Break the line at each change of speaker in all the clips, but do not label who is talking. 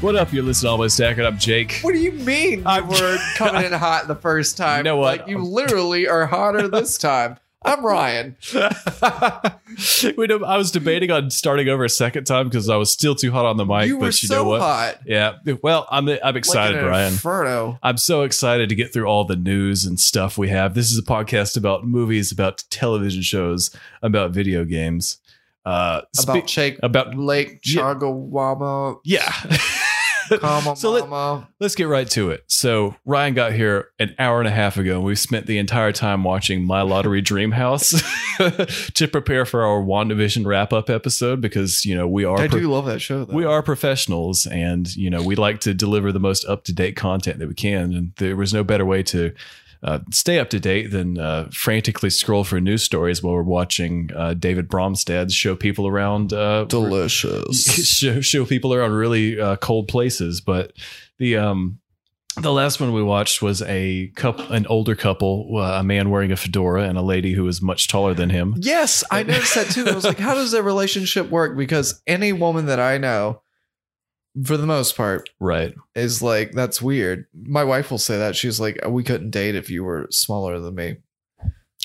What up? You're listening to Always Stack It Up, Jake.
What do you mean you
I'm-
were coming in hot the first time?
You know what?
Like, you literally are hotter this time. I'm Ryan.
Wait, no, I was debating on starting over a second time because I was still too hot on the mic.
you
but
were
you
so
know what?
hot.
Yeah. Well, I'm I'm excited,
like an
Brian.
Inferno.
I'm so excited to get through all the news and stuff we have. This is a podcast about movies, about television shows, about video games. Uh,
About
spe-
Jake
about-
Lake
Yeah.
Chagawama.
yeah.
Kama
So let-
Mama.
Let's get right to it. So Ryan got here an hour and a half ago, and we spent the entire time watching My Lottery Dream House to prepare for our WandaVision wrap up episode because you know we are
I
pro-
do love that show. Though.
we are professionals, and you know we like to deliver the most up to date content that we can, and there was no better way to. Uh, stay up to date than uh, frantically scroll for news stories while we're watching uh, David Bromstead show people around uh,
delicious.
show, show people around really uh, cold places. But the um the last one we watched was a couple, an older couple, uh, a man wearing a fedora and a lady who was much taller than him.
Yes, I noticed that too. I was like, how does their relationship work? Because any woman that I know, for the most part,
Right.
is like, that's weird. My wife will say that. She's like, we couldn't date if you were smaller than me.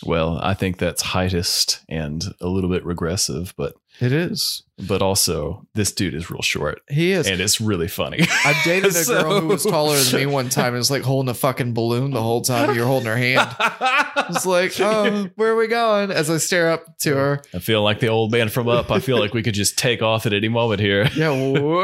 Well, I think that's heightist and a little bit regressive, but
It is.
but also this dude is real short
He is.
and it's really funny.
I've dated a girl who was
So-
taller than me one time and was like holding a fucking balloon the whole time. You're holding her hand. I was like, oh, where are we going? As I stare up to her.
I feel like the old man from up. I feel like we could just take off at any moment here.
Yeah,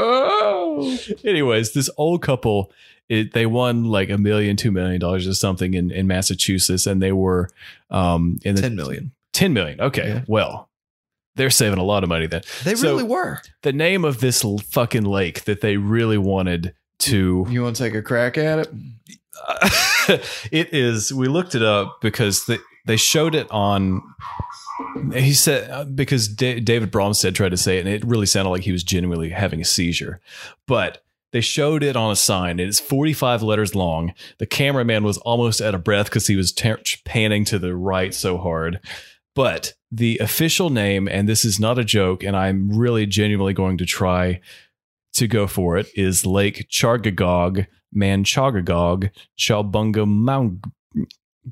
whoa.
Anyways, this old couple, it, they won like a million, two million dollars or something in, in Massachusetts, and they were um in the
10 million.
10 million. Okay,
Yeah.
well, they're saving a lot of money then.
They
So-
really were.
The name of this l- fucking lake that they really wanted to
You want to take a crack at it?
it is we looked it up because they, they showed it on he said because Da- david bromstead tried to say it and it really sounded like he was genuinely having a seizure but they showed it on a sign and it's 45 letters long the cameraman was almost out of breath because he was ter- panning to the right so hard but the official name and this is not a joke and i'm really genuinely going to try to go for it is lake chargagog manchagagog Chalbunga Maug.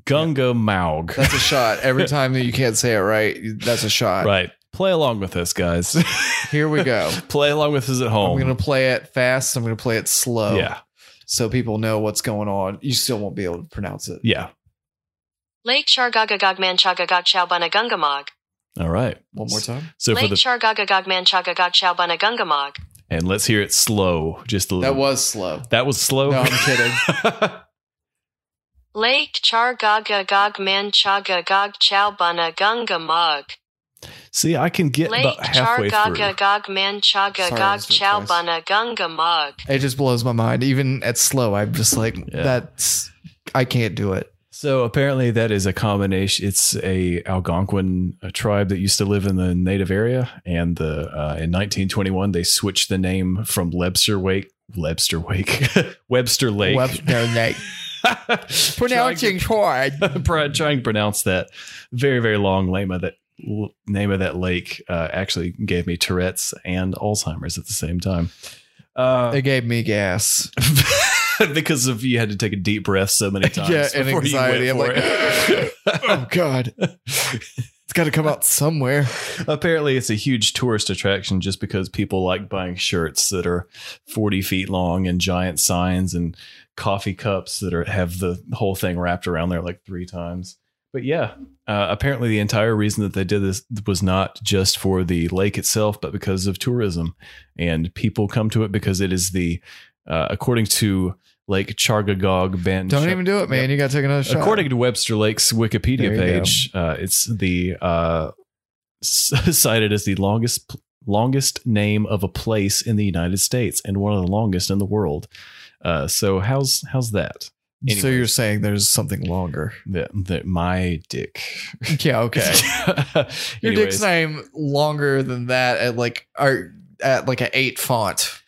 Gunga Maug.
That's a shot. Every time that you can't say it right, that's a shot.
Right. Play along with us, guys.
Here we go.
Play along with us at
I'm
home.
going to play it fast. I'm going to play it slow.
Um, Yeah.
So people know what's going on. You still won't be able to pronounce it.
Yeah.
Lake Chargagagog Manchagagog Chowbunagungamog.
All right.
One more time.
So for
Lake
the
Chargagagog Manchagagog Chowbunagungamog.
and let's hear it slow. Just a little.
That was slow.
that was slow.
No, I'm kidding.
Lake Chargagagog Manchagagog Chowbunagungamog.
See, I can get
Lake
about halfway through.
Chargagagog
Sorry,
Manchagagog
it's been twice.
Chowbunagungamog.
It just blows my mind. Even at slow, I'm just like,
Yeah.
that's I can't do it.
So apparently that is a combination. It's a Algonquin uh tribe that used to live in the native area, and the uh, in 1921 they switched the name from Lebster Wake, Lebster Wake, Webster Lake.
Web- no, like,
pronouncing
pronouncing hard.
trying to pronounce that very very long name of that name of that lake uh, actually gave me Tourette's and Alzheimer's at the same time. Uh,
It gave me gas.
because of you had to take a deep breath so many times.
Yeah, and
before you went
anxiety. I'm
for
like,
it.
oh god, it's got to come out somewhere.
Apparently, it's a huge tourist attraction just because people like buying shirts that are 40 feet long and giant signs and coffee cups that are have the whole thing wrapped around there like three times. But yeah, uh, apparently the entire reason that they did this was not just for the lake itself, but because of tourism, and people come to it because it is the, uh, according to Lake Chargagog Band.
Don't even do it, man. You got to take another shot.
According to Webster Lake's
There
Wikipedia
you go.
page, uh, it's the uh, s- cited as the longest longest name of a place in the United States and one of the longest in the world. Uh, so how's how's that?
so
Anyways.
you're saying there's something longer?
That that my dick.
Yeah. Okay. Your
Anyways.
dick's name longer than that at like or at like an eight font,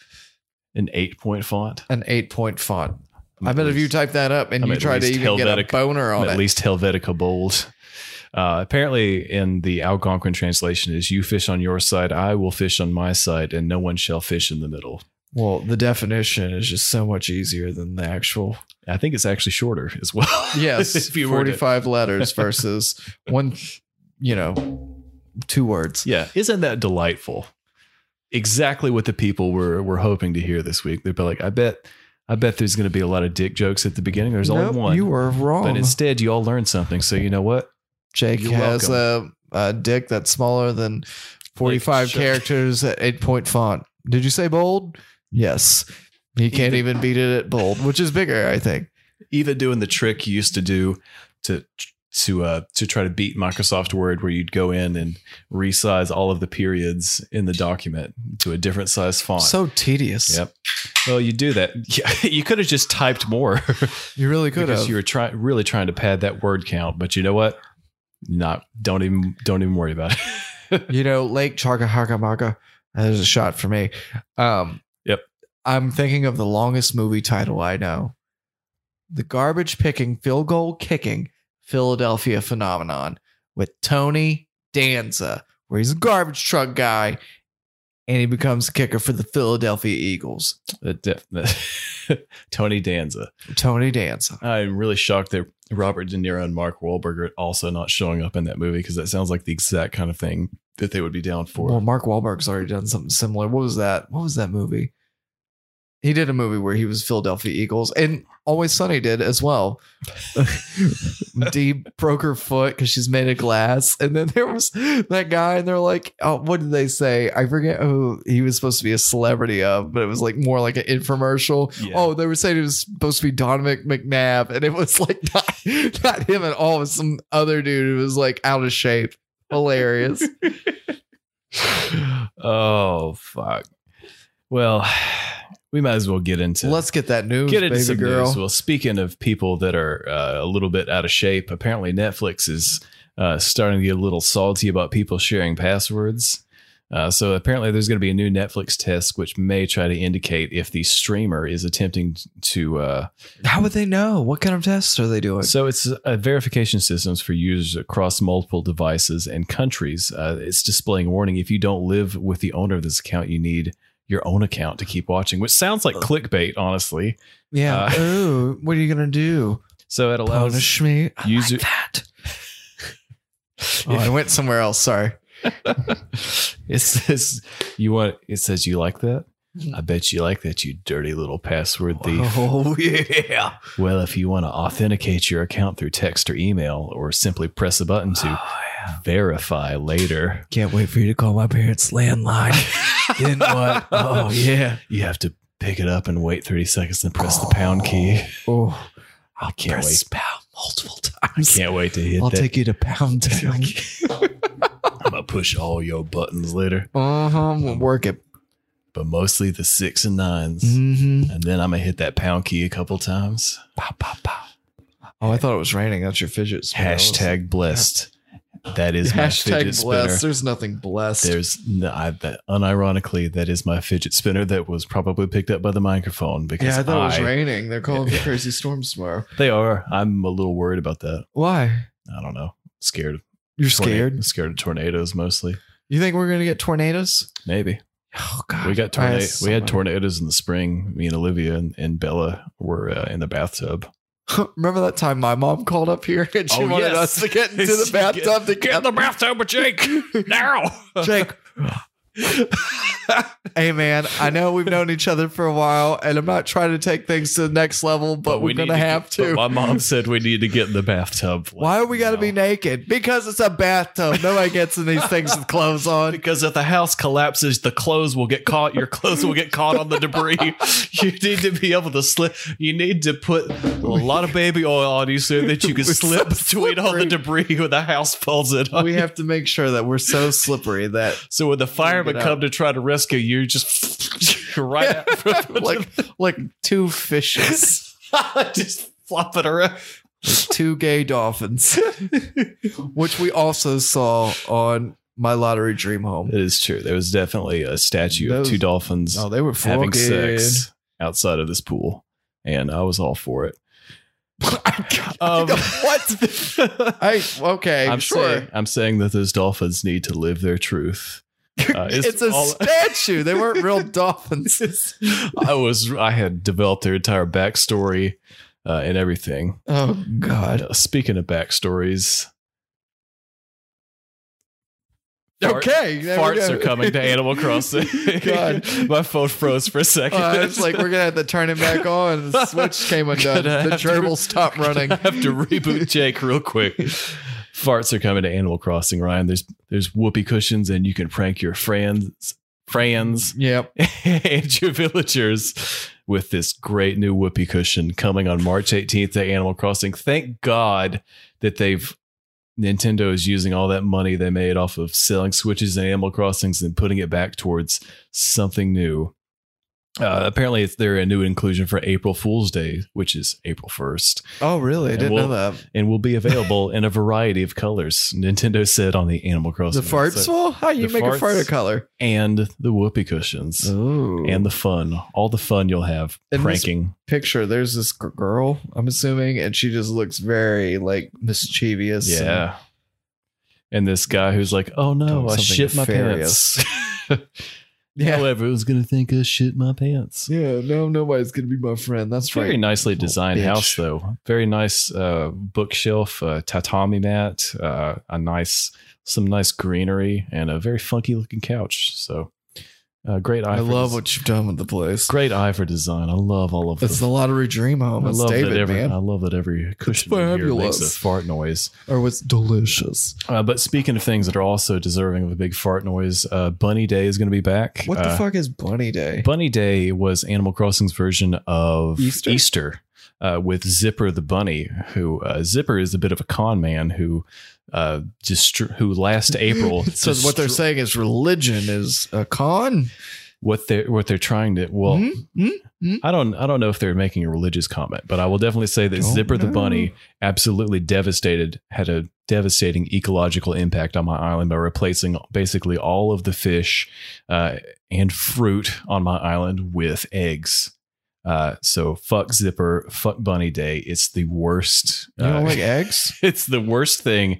an eight point font.
an eight point font.
I'm
I
at
bet if you
least-
type that up and
I'm
you
at
try to
least
even get a
Helvetica-
boner on
at
it,
least Helvetica bold. Uh, apparently, in the Algonquin translation, is "You fish on your side, I will fish on my side, and no one shall fish in the middle."
well, the definition is just so much easier than the actual.
I think it's actually shorter as well.
Yes,
If you were to-
forty-five letters versus one. You know, two words.
yeah, isn't that delightful? Exactly what the people were were hoping to hear this week. They'd be like, "I bet, I bet there's going to be a lot of dick jokes at the beginning. There's
Nope,
only one."
You were wrong.
but instead, you all learned something. So you know what?
Jake
You're
has a, a dick that's smaller than 45
Like, sure.
characters at eight point font. Did you say bold? Yes. He can't even beat it at bold, which is bigger, I think.
Even doing the trick you used to do to to uh to try to beat Microsoft Word, where you'd go in and resize all of the periods in the document to a different size font.
So tedious.
Yep. Well, you do that. Yeah, you could have just typed more.
You really could
because
have.
you were trying really trying to pad that word count. But you know what? Not don't even don't even worry about it.
you know, Lake Chargahargamaga. There's a shot for me. Um,
Yep.
I'm thinking of the longest movie title I know The Garbage Picking, Field Goal Kicking Philadelphia Phenomenon with Tony Danza, where he's a garbage truck guy and he becomes a kicker for the Philadelphia Eagles.
That def- Tony Danza.
Tony Danza.
I'm really shocked that Robert De Niro and Mark Wahlberg are also not showing up in that movie because that sounds like the exact kind of thing that they would be down for.
Well, Mark Wahlberg's already done something similar. What was that? What was that movie? He did a movie where he was Philadelphia Eagles, and Always Sunny did as well. Dee broke her foot because she's made of glass, and then there was that guy, and they're like, "Oh, what did they say? I forget who he was supposed to be a celebrity of, but it was like more like an infomercial.
Yeah.
Oh, they were saying it was supposed to be Don Mc- McNabb, and it was like not, not him at all. It was some other dude who was like out of shape. Hilarious.
oh fuck. Well, we might as well get into
Let's get that news,
get into
baby
some
girl.
news. Well, speaking of people that are uh, a little bit out of shape, apparently Netflix is uh, starting to get a little salty about people sharing passwords. Uh, so apparently, there's going to be a new Netflix test which may try to indicate if the streamer is attempting to. Uh,
How would they know? What kind of tests are they doing?
so it's uh, verification systems for users across multiple devices and countries. Uh, it's displaying a warning if you don't live with the owner of this account, you need your own account to keep watching, which sounds
Uh.
like clickbait, honestly.
yeah.
uh,
Ooh, what are you gonna do?
So it allows
Punish me? I
user-
like that. Oh, I went somewhere else. Sorry.
it says you want it says you like that
Mm-hmm.
i bet you like that you dirty little password thief
Oh yeah.
well if you want to authenticate your account through text or email or simply press a button to
Ah.
verify later
Can't wait for you to call my parents' landline. then what? Oh yeah.
you have to pick it up and wait 30 seconds then press the pound key
Oh,
i can't
press
wait
pound multiple
i
times.
can't wait to hit
I'll
that
take you to pound town.
i'm gonna push all your buttons later
uh huh. We'll work it.
but mostly the six and 9s
Mm-hmm.
and then i'm gonna hit that pound key a couple times Pow, pow, pow.
Oh, I thought it was raining. That's your fidget spinner.
Hashtag blessed. That is my fidget
Hashtag blessed.
spinner.
There's nothing blessed.
There's no, I, that, unironically that is my fidget spinner that was probably picked up by the microphone because
yeah, I thought it was
I-
raining. They're calling for crazy storms tomorrow.
They are. I'm a little worried about that.
Why?
I don't know. Scared.
You're
Torna-
scared.
Scared of tornadoes mostly.
You think we're gonna get tornadoes?
Maybe
Oh god.
we got
I
tornado.
asked
We had
someone-
tornadoes in the spring. Me and Olivia and, and Bella were uh, in the bathtub.
Remember that time my mom called up here and she
Oh,
wanted
yes.
us to get into the
She
bathtub to
Get in the bathtub with Jake now.
Jake, Hey man, I know we've known each other for a while, and I'm not trying to take things to the next level, but, we're
we
gonna
need to
have
get-
to.
but My mom said we need to get in the bathtub.
Why are we gotta
now.
be naked? Because it's a bathtub. Nobody gets in these things with clothes on.
Because if the house collapses, the clothes will get caught. Your clothes will get caught on the debris. You need to be able to slip. You need to put a lot of baby oil on you so that you can
We're
slip
so
between all the
slippery.
debris when the house falls in on
We
you.
have to make sure that we're so slippery that
So when the firemen
Get out.
come to try to rescue you, you're just right out from
like like two fishes,
just flopping around.
two gay dolphins, which we also saw on my lottery dream home.
It is true. There was definitely a statue
Those-
of two dolphins
Oh, they were
having
fucking-
sex outside of this pool, and I was all for it. um, what?
I okay,
Um, I'm
sure.
saying I'm saying that those dolphins need to live their truth. Uh,
it's, a
all-
statue. They weren't real dolphins.
I was I had developed their entire backstory uh, and everything.
Oh
And,
God.
uh, speaking of backstories, Fart-
okay, there we
farts
go.
are coming to Animal Crossing.
God.
my phone froze for a second.
Uh, it's like we're gonna have to turn it back on. The switch came
Gonna
undone. The
have to-
gerbil stopped running.
I have to reboot Jake real quick. Farts are coming to Animal Crossing, Ryan. There's there's whoopee cushions, and you can prank your friends, friends,
Yep.
and your villagers with this great new whoopee cushion coming on March 18th at Animal Crossing. Thank God that they've Nintendo is using all that money they made off of selling Switches and Animal Crossings and putting it back towards something new. Uh, apparently, it's they're a new inclusion for April Fool's Day, which is April 1st
Oh really? I
And
didn't
we'll-
know that.
and will be available in a variety of colors. Nintendo said on the Animal
The
Crossing
farts.
website.
well, how you
the
make a fart a
farts-
color?
and the whoopee cushions
Oh.
and the fun, all the fun you'll have
And this-
pranking.
picture, there's this g- girl, I'm assuming, and she just looks very like mischievous. and-
yeah. And this guy who's like, "Oh no,
Doing
I
something
shit my
nefarious."
pants."
yeah.
However, it was gonna think I shit my pants.
Yeah, no, nobody's gonna be my friend. That's
Very
right.
nicely
Little
designed
bitch.
house, though. Very nice uh, bookshelf, uh, tatami mat, uh, a nice, some nice greenery, and a very funky looking couch. So, uh, great eye.
I
for
love
this-
what you've done with the place.
Great eye for design. I love all of
It's
this.
the lottery dream
I
home. It's
love
David,
that every I
man.
love that every cushion in here makes
fabulous.
a fart noise.
Or it's delicious.
Uh, but speaking of things that are also deserving of a big fart noise, uh, Bunny Day is going to be back.
What the
Uh,
fuck is Bunny Day?
Bunny Day was Animal Crossing's version of
Easter?
uh, with Zipper the bunny, who uh, Zipper is a bit of a con man who uh, distr- who last April.
so what they're
distr-
saying is religion is a con.
what they're what they're trying to well,
Hmm? Hmm?
I don't I don't know if they're making a religious comment, but I will definitely say that
Don't
Zipper the
know.
bunny absolutely devastated had a devastating ecological impact on my island by replacing basically all of the fish uh, and fruit on my island with eggs. Uh, so fuck Zipper, fuck Bunny Day. It's the worst.
You don't
uh,
like eggs?
it's the worst thing.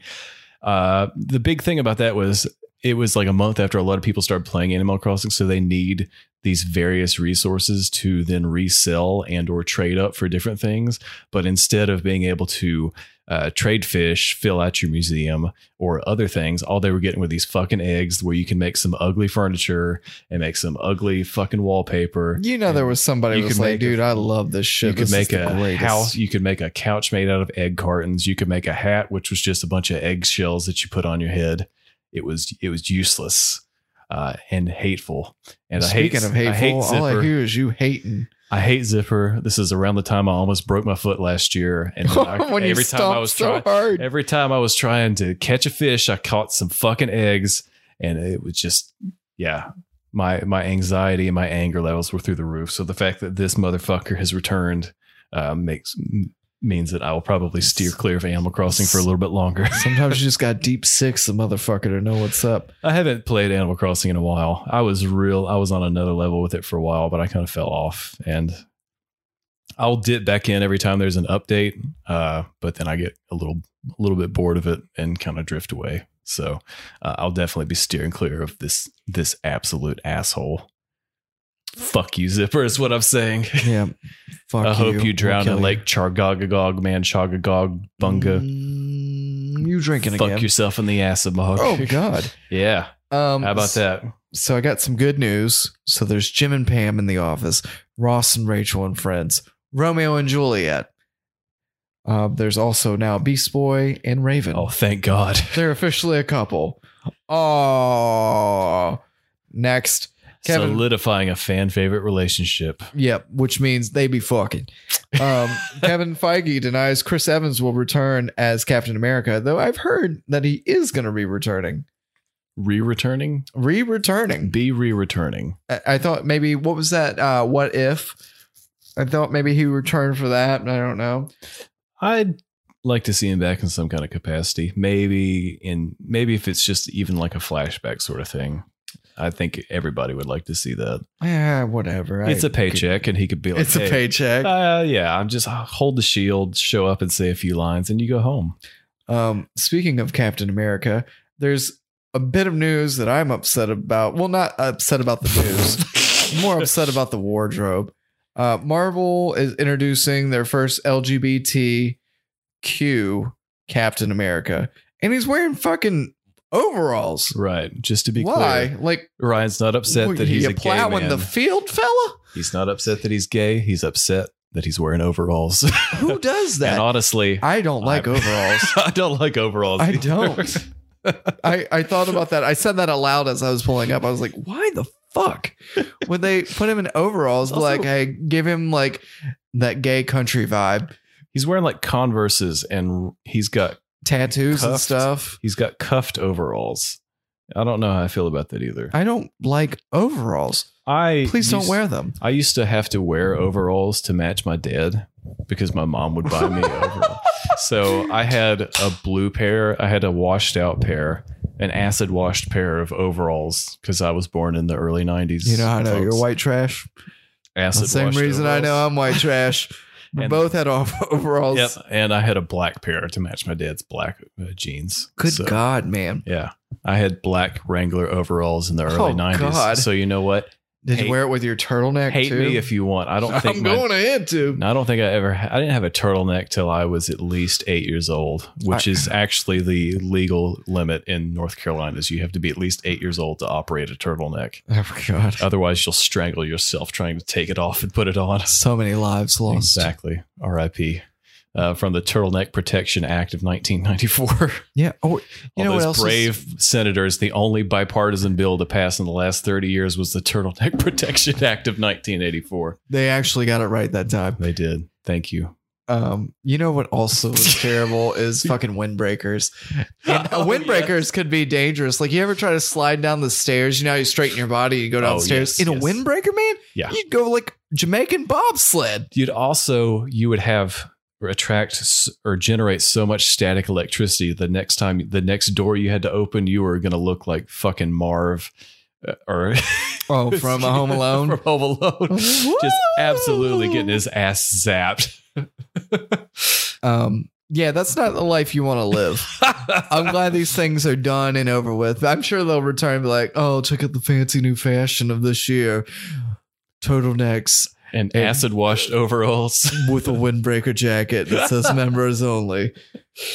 Uh, the big thing about that was it was like a month after a lot of people started playing Animal Crossing, so they need these various resources to then resell and or trade up for different things. But instead of being able to uh, trade fish, fill out your museum, or other things, all they were getting were these fucking eggs, where you can make some ugly furniture and make some ugly fucking wallpaper.
You know there was somebody
You
who was
could
like,
make a-
dude, I love this shit.
You could
This is
make
the
a
greatest."
house. You could make a couch made out of egg cartons. You could make a hat, which was just a bunch of eggshells that you put on your head. It was it was useless uh, and hateful. And
Speaking
I hate,
of hateful,
I hate
all I
Zipper.
hear is you hating.
I hate Zipper. This is around the time I almost broke my foot last year, and I-
when you
every time I
stomp
was
so
trying,
hard.
every time I was trying to catch a fish, I caught some fucking eggs, and it was just yeah. My my anxiety and my anger levels were through the roof. So the fact that this motherfucker has returned uh, makes m- means that I will probably steer clear of Animal Crossing for a little bit longer.
Sometimes you just got deep six the motherfucker to know what's up.
I haven't played Animal Crossing in a while. I was real. I was on another level with it for a while, but I kind of fell off, and I'll dip back in every time there's an update. Uh, but then I get a little, a little bit bored of it and kind of drift away. So uh, I'll definitely be steering clear of this, this absolute asshole. Fuck you, Zipper, is what I'm saying.
Yeah. Fuck
I hope you drown
We'll
in
kill
Lake Chargagagog, Man Chagagog,
you.
Bunga.
Mm, you drinking
Fuck
again.
yourself in the ass, Mohawk.
Oh, God.
Yeah.
Um,
How about
s-
that?
So I got some good news. So there's Jim and Pam in the office, Ross and Rachel and friends, Romeo and Juliet. Uh, there's also now Beast Boy and Raven.
Oh, thank God.
They're officially a couple. Oh, next. Kevin.
Solidifying a fan favorite relationship.
Yep, which means they be fucking. Um, Kevin Feige denies Chris Evans will return as Captain America, though I've heard that he is going to be returning,
Re-returning?
re-returning.
Be re-returning.
I, I thought maybe what was that? Uh, what if? I thought maybe he returned for that. but I don't know.
I'd like to see him back in some kind of capacity. Maybe in maybe if it's just even like a flashback sort of thing. I think everybody would like to see that.
Yeah, whatever.
it's
a
a paycheck, and he could be like,
it's a
"Hey,
paycheck.
Uh, yeah, I'm just hold the shield, show up and say a few lines, and you go home.
Um, speaking of Captain America, there's a bit of news that I'm upset about. Well, not upset about the news, more upset about the wardrobe. Uh, Marvel is introducing their first LGBTQ Captain America, and he's wearing fucking overalls.
Right. Just to be
Why?
clear,
Like,
Ryan's not upset
what,
that he's
you
a gay
plowing
man.
the field, fella?
he's not upset that he's gay. He's upset that he's wearing overalls.
Who does
and
that?
honestly,
I don't like
I'm-
overalls.
I don't like overalls.
I
either.
don't. I, I thought about that. I said that aloud as I was pulling up. I was like, why the fuck would they put him in overalls?
Also-
like, I give him like that gay country vibe,
He's wearing like Converse's, and he's got
tattoos and
Cuffed.
stuff.
he's got cuffed overalls. I don't know how I feel about that either.
I don't like overalls.
I
Please don't
used-
wear them.
I used to have to wear overalls to match my dad because my mom would buy me overalls. So I had a blue pair, I had a washed out pair, an acid washed pair of overalls because I was born in the early 90s.
You know, I know you're
folks.
white trash.
Acid
the same
washed
reason I know
overalls.
I'm white trash. We
And-
both had off overalls.
Yep. And I had a black pair to match my dad's black uh, jeans.
Good
So,
God, man.
Yeah. I had black Wrangler overalls in the early
Oh,
90s.
God.
So you know what?
Did you
Hate-
wear it with your turtleneck
Hate
too?
me if you want. I don't think
I'm
my
going ahead to.
No, I don't think I ever. I didn't have a turtleneck till I was at least eight years old, which
I-
is actually the legal limit in North Carolina. Is you have to be at least eight years old to operate a turtleneck.
Oh God.
Otherwise, you'll strangle yourself trying to take it off and put it on.
So many lives lost.
Exactly. R.I.P. Uh, from the Turtleneck Protection Act of 1994.
Yeah. Oh, you
All
know what
those
else? is-
brave senators, the only bipartisan bill to pass in the last 30 years was the Turtleneck Protection Act of 1984.
they actually got it right that time.
They did. Thank you.
Um, you know what also is terrible is fucking windbreakers. And uh,
Oh,
windbreakers could be dangerous. Like you ever try to slide down the stairs? You know, how you straighten your body, you go
Oh,
downstairs.
yes,
In
yes.
a windbreaker, man,
Yeah.
you'd go like Jamaican bobsled.
you'd also you would have or attract s- or generate so much static electricity the next time the next door you had to open you were going to look like fucking marv uh, or
Oh, from a Home Alone.
from home alone just absolutely getting his ass zapped
Um, yeah, that's not the life you want to live. I'm glad these things are done and over with. I'm sure they'll return and be like, oh, check out the fancy new fashion of this year. Turtlenecks
and
Yeah.
acid washed overalls
with a windbreaker jacket that says members only.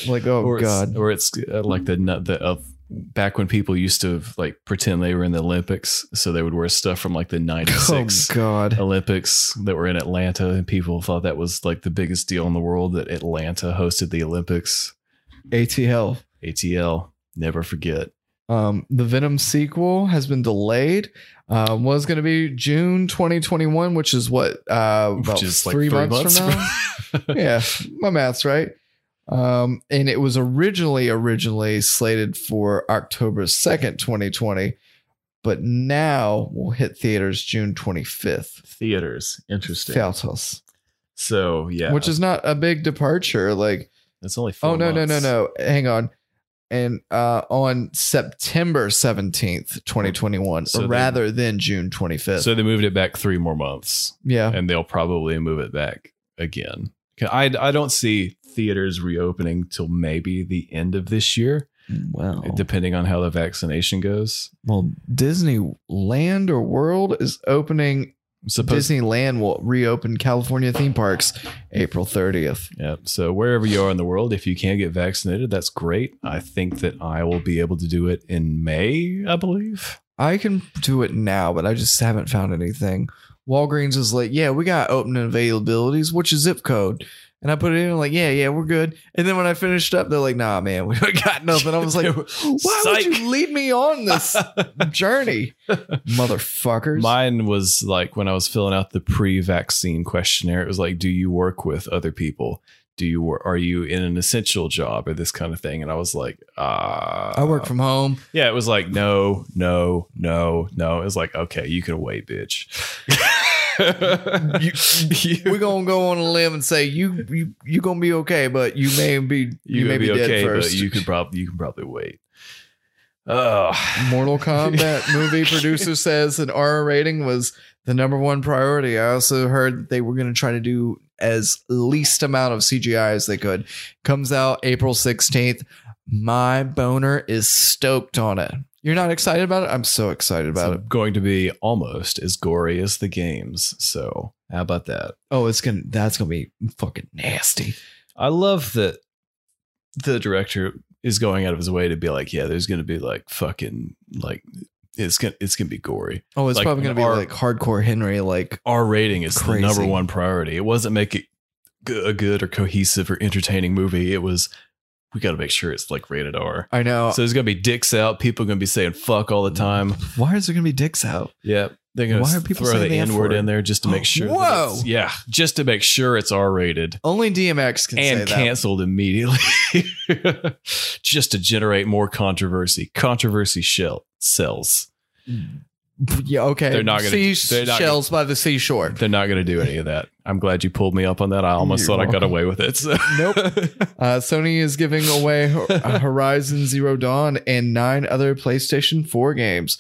Like, oh
or
God.
it's, or it's uh, like the nut the of back when people used to like pretend they were in the olympics so they would wear stuff from like the 96
Oh God.
Olympics that were in Atlanta, and people thought that was like the biggest deal in the world that Atlanta hosted the Olympics.
ATL.
ATL, never forget.
Um, the Venom sequel has been delayed. Uh, was going to be June 2021, which is what uh,
Which
about
is like
three, months, from now.
from now.
yeah, my math's right. Um, and it was originally originally slated for October second, twenty twenty, but now will hit theaters June twenty fifth.
Theaters, interesting.
Faltos,
So yeah,
which is not a big departure. Like,
it's only. Four
oh no, no, no,
months.
no, hang on. And uh, on September seventeenth, twenty twenty one,
So they-
rather than June twenty fifth.
So they moved it back three more months,
yeah,
and they'll probably move it back again. 'Cause I I don't see theaters reopening till maybe the end of this year,
well,
depending on how the vaccination goes.
Well, Disneyland or World is opening
Supposed.
Disneyland will reopen California theme parks April 30th.
Yeah. So wherever you are in the world, if you can get vaccinated, that's great. I think that I will be able to do it in May. I believe.
I can do it now, but I just haven't found anything. Walgreens is like, yeah, we got open availabilities. What's your zip code? And I put it in, like, yeah, yeah, we're good. And then when I finished up, they're like, nah, man, we got nothing. I was like, why would
Psych.
you lead me on this journey, motherfuckers?
Mine was like when I was filling out the pre-vaccine questionnaire. It was like, do you work with other people? Do you wor- are you in an essential job or this kind of thing? And I was like, uh,
I work from home.
Yeah, it was like no, no, no, no. It was like okay, you can wait, bitch. you,
We're gonna go on a limb and say you you you gonna be okay, but you may be you,
you
may be, dead
okay,
first.
but you can probably you can probably wait. Oh,
Mortal Kombat movie producer says an R rating was the number one priority. I also heard that they were going to try to do as least amount of CGI as they could. Comes out April 16th. My boner is stoked on it. You're not excited about it? I'm so excited about it.
it's going to be almost as gory as the games. So how about that?
Oh, it's gonna that's gonna be fucking nasty.
I love that the director is going out of his way to be like, yeah, there's going to be like fucking like it's gonna it's gonna be gory.
Oh, it's
Like
probably
an
gonna be
R-
like hardcore Henry, like
R rating is
Crazy.
the number one priority. It wasn't make it g- a good or cohesive or entertaining movie. It was we got to make sure it's like rated R.
I know.
So um, there's gonna be dicks out. People are gonna be saying fuck all the time.
Why is there gonna be dicks out?
Yeah. They're gonna
Mm. Why are people
throw
saying
the
the F
N word
word?
in there just to make sure. that
Whoa.
it's- yeah, just to make sure it's R rated
Only DMX can say
and
that.
canceled immediately just to generate more controversy. Controversy shell sells.
Yeah, okay.
They're not gonna-
sea
they're not gonna-
shells by the seashore.
They're not going to do any of that. I'm glad you pulled me up on that. I almost
You're
thought I got
welcome.
away with it. So.
Nope. Uh, Sony is giving away Hor- Horizon Zero Dawn and nine other PlayStation 4 games.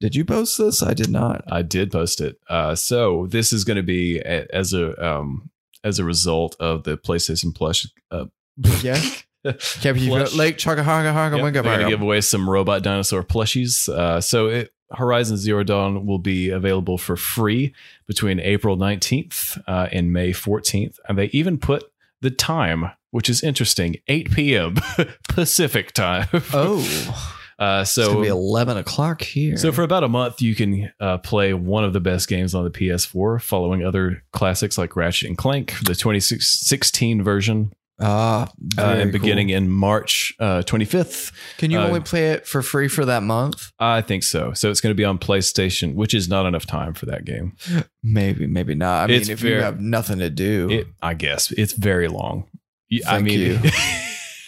Did you post this? I did not.
I did post it. Uh, so this is going to be a, as a um, as a result of the PlayStation Plus. Uh,
Yeah. Kept you oh
Plush.
Lake Chugga-Hugga
Yep,
Hugga
they're going to
Mugga
give away some robot dinosaur plushies. Uh, so it, Horizon Zero Dawn will be available for free between April 19th uh, and May 14th. And they even put the time, which is interesting, 8 p.m. Pacific time.
Oh,
uh,
so it's
so
gonna be eleven o'clock here.
so for about a month, you can uh, play one of the best games on the PS4, following other classics like Ratchet and Clank, the 2016 version,
ah,
uh,
very
and
cool.
beginning in March uh, 25th.
Can you
uh,
only play it for free for that month?
I think so. So it's going to be on PlayStation, which is not enough time for that game.
Maybe, maybe not. I mean,
It's
if you
very-
have nothing to do,
It, I guess it's very long. Y- I
Thank
mean,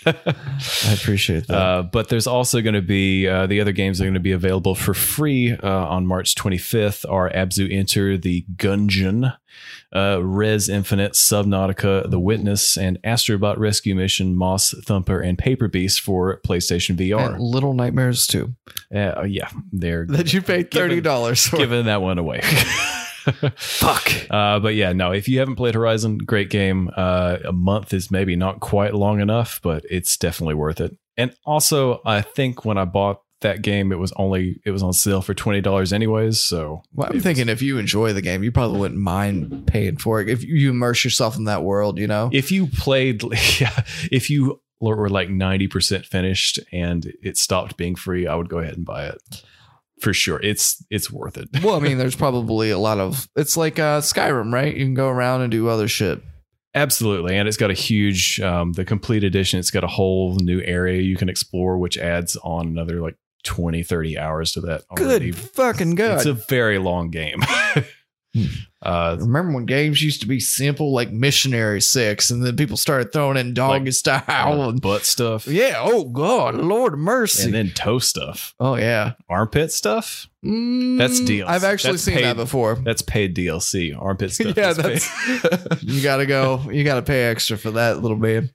I appreciate that.
Uh, but there's also going to be uh, the other games that are going to be available for free uh, on March 25th are Abzu Enter, The Gungeon, uh, Res Infinite, Subnautica, The Witness, and Astrobot Rescue Mission, Moss Thumper, and Paper Beast for PlayStation
and
VR.
Little Nightmares too.
Uh, yeah, they're
That you paid thirty
Given-
dollars for.
giving that one away.
Fuck.
Uh, but yeah, no, if you haven't played Horizon, great game. Uh, a month is maybe not quite long enough, but it's definitely worth it. And also, I think when I bought that game, it was only it was on sale for twenty dollars anyways. So
Well,
it
I'm
was-
thinking if you enjoy the game, you probably wouldn't mind paying for it. If you immerse yourself in that world, you know?
if you played, yeah, if you were like ninety percent finished and it stopped being free, I would go ahead and buy it for sure. It's it's worth it.
well, I mean, there's probably a lot of. It's like uh, Skyrim, right? You can go around and do other shit.
Absolutely, and it's got a huge um, the complete edition. It's got a whole new area you can explore, which adds on another like 20, 30 hours to that. already.
Good fucking
It's
god. Hmm.
a very long game. uh,
Remember when games used to be simple, like Missionary Six, and then people started throwing in doggy
Like-
style? And,
uh, butt stuff,
yeah. Oh god, Lord of mercy.
and then toe stuff,
oh yeah.
armpit stuff.
Mm,
That's DLC.
I've actually
That's
seen
paid-
that before.
That's paid DLC. Armpit stuff.
Yeah,
is paid.
You gotta go. You gotta pay extra for that, little man.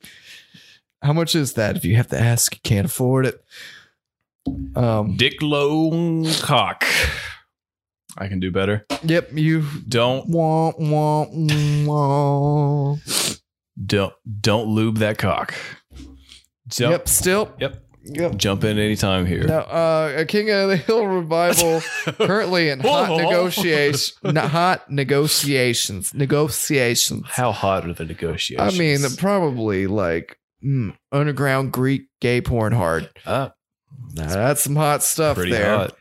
How much is that? If you have to ask, you can't afford it. Um.
Dick long cock. I can do better.
Yep. You.
Don't
Wah, wah, wah.
don't don't lube that cock. Don't,
Yep. Still.
Yep.
Yep.
Jump in anytime here.
Now, uh, a King of the Hill revival currently in hot
Whoa.
negotiations. hot negotiations. Negotiations.
How hot are the negotiations?
I mean, probably like mm, underground Greek gay porn hard.
Uh,
Now, that's some hot stuff
pretty
there.
hot.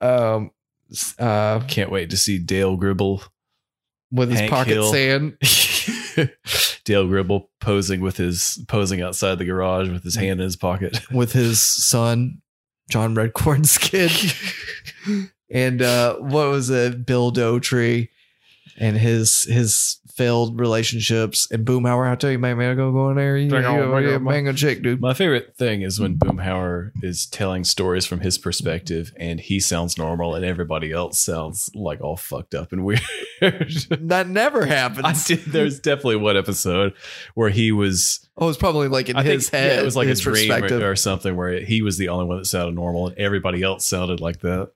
Um, s- uh,
Can't wait to see Dale Gribble.
with his
Hank
pocket
Hill.
sand.
Dale Gribble posing with his posing outside the garage with his
Mm.
hand in his pocket.
with his son, John Redcorn's kid, and uh, what was it, Bill Dotrey, and his his failed relationships. And Boomhauer, I tell you, man, man, go go in there, you, you,
Bring on, bring
you
on,
bang a chick, dude.
My favorite thing is when Boomhauer is telling stories from his perspective and he sounds normal and everybody else sounds like all fucked up and weird.
That never
I
happens.
did, there's definitely one episode where he was
Oh, it's probably like in
I
his
think,
head.
yeah, it was like
his
a dream or, or something where he was the only one that sounded normal and everybody else sounded like that.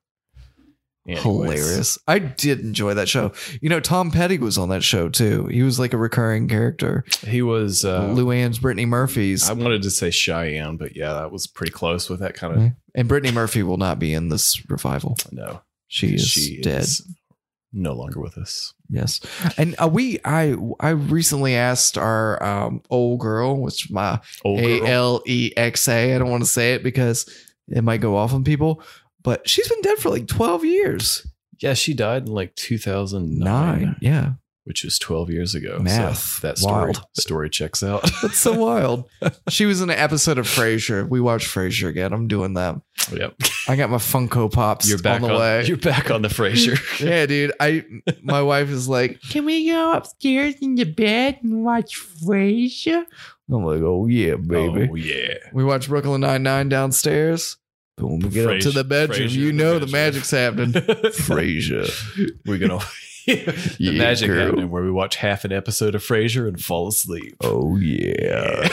Anyways.
Hilarious. I did enjoy that show. You know, Tom Petty was on that show too. He was like a recurring character.
He was. Uh,
Luann's Brittany Murphy's.
I wanted to say Cheyenne, but yeah, that was pretty close with that kind of.
Yeah. and Brittany Murphy will not be in this revival.
No,
She is dead.
no longer with us.
Yes, and uh, we I I recently asked our um, old girl, which my
Old
A
girl.
L E X A. I don't want to say it because it might go off on people, but she's been dead for like twelve years.
Yeah, she died in like 2009,
Nine, yeah,
which was 12 years ago.
Math.
that story
Wild.
story checks out.
that's so wild. She was in an episode of Frasier. We watched Frasier again. I'm doing that.
yep,
I got my Funko Pops
you're back
on the way.
You're back on the Frasier.
yeah, dude. I my wife is like, "Can we go upstairs in the bed and watch Frasier?" I'm like, "Oh yeah, baby."
Oh yeah.
We watch Brooklyn Nine Nine downstairs. But when we get up
Frasier-
to the bedroom,
Frasier,
you know the
Frasier.
magic's happening. Frasier.
We're gonna the
Yeah,
magic
girl.
happening where we watch half an episode of Frasier and fall asleep.
Oh yeah.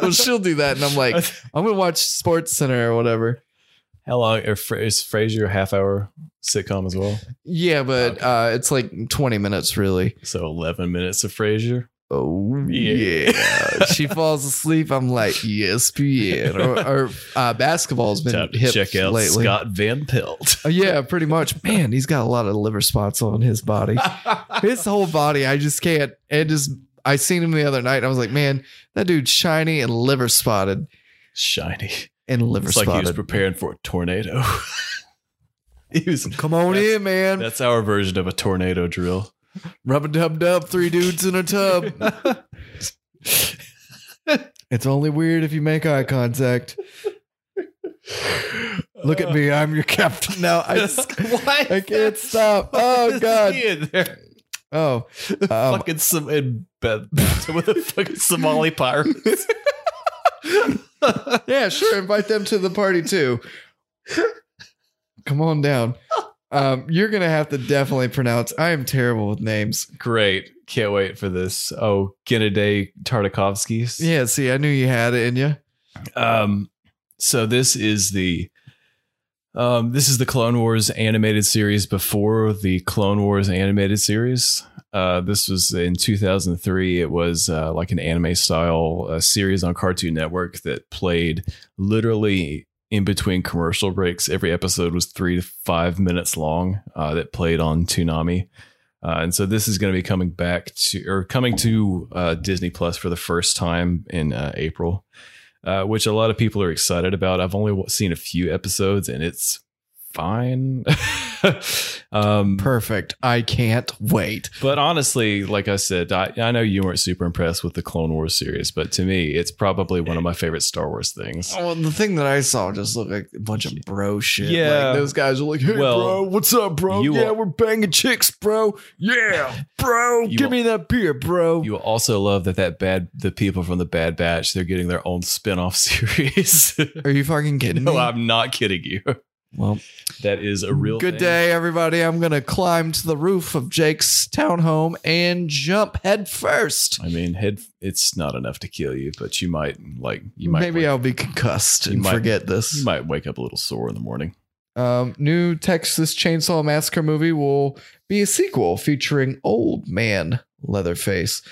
well, she'll do that, and I'm like, I'm gonna watch Sports Center or whatever.
How long or Fra- is Frasier a half hour sitcom as well?
Yeah, but
Okay.
uh, it's like 20 minutes really.
So eleven minutes of Frasier.
Oh
Yeah.
she falls asleep. I'm like, ESPN or, or uh, basketball's been
Time to
hip
check out
lately.
Scott Van Pelt.
Oh, yeah, pretty much. Man, he's got a lot of liver spots on his body. his whole body i just can't and just i seen him the other night and i was like man that dude's shiny and liver spotted
Shiny.
and liver
It's like
spotted
he was preparing for a tornado. he was.
come on
That's-
in man
That's our version of a tornado drill.
rub a dub dub three dudes in a tub it's only weird if you make eye contact look at me i'm your captain now i just
what?
I can't stop. Oh, God. oh um,
fucking some in bed with the fucking Somali pirates.
yeah sure invite them to the party too come on down um, you're gonna have to definitely pronounce i am terrible with names
Great. Can't wait for this. Oh, Gennady Tartakovsky's.
Yeah, see, I knew you had it in you.
Um, so this is the um, this is the Clone Wars animated series before the Clone Wars animated series. Uh, this was in 2003. It was uh, like an anime style uh, series on Cartoon Network that played literally in between commercial breaks. Every episode was three to five minutes long. Uh, that played on Toonami. Uh, and so this is going to be coming back to or coming to uh, Disney Plus for the first time in uh, April uh, which a lot of people are excited about. I've only w- seen a few episodes, and it's fine. um,
Perfect. I can't wait.
but honestly, like I said, I, I know you weren't super impressed with the Clone Wars series, but to me, it's probably one of my favorite Star Wars things.
Oh, and the thing that I saw just looked like a bunch of bro shit.
Yeah.
Like, those guys are like, hey,
Well,
bro, what's up, bro?
you
Yeah,
will-
we're banging chicks, bro. Yeah, bro.
You
Give
will-
me that beer, bro.
You will also love that that bad the people from the Bad Batch they're getting their own spin-off series.
are you fucking kidding
no,
me?
I'm not kidding you.
Mm-hmm. well,
That is a real
good
thing.
day, everybody. I'm going to climb to the roof of Jake's townhome and jump head first.
I mean, head it's not enough to kill you, but you might like you might
Maybe
wake,
I'll be concussed
You
and
might-
forget this.
you might wake up a little sore in the morning.
Um, new Texas Chainsaw Massacre movie will be a sequel featuring Old Man Leatherface.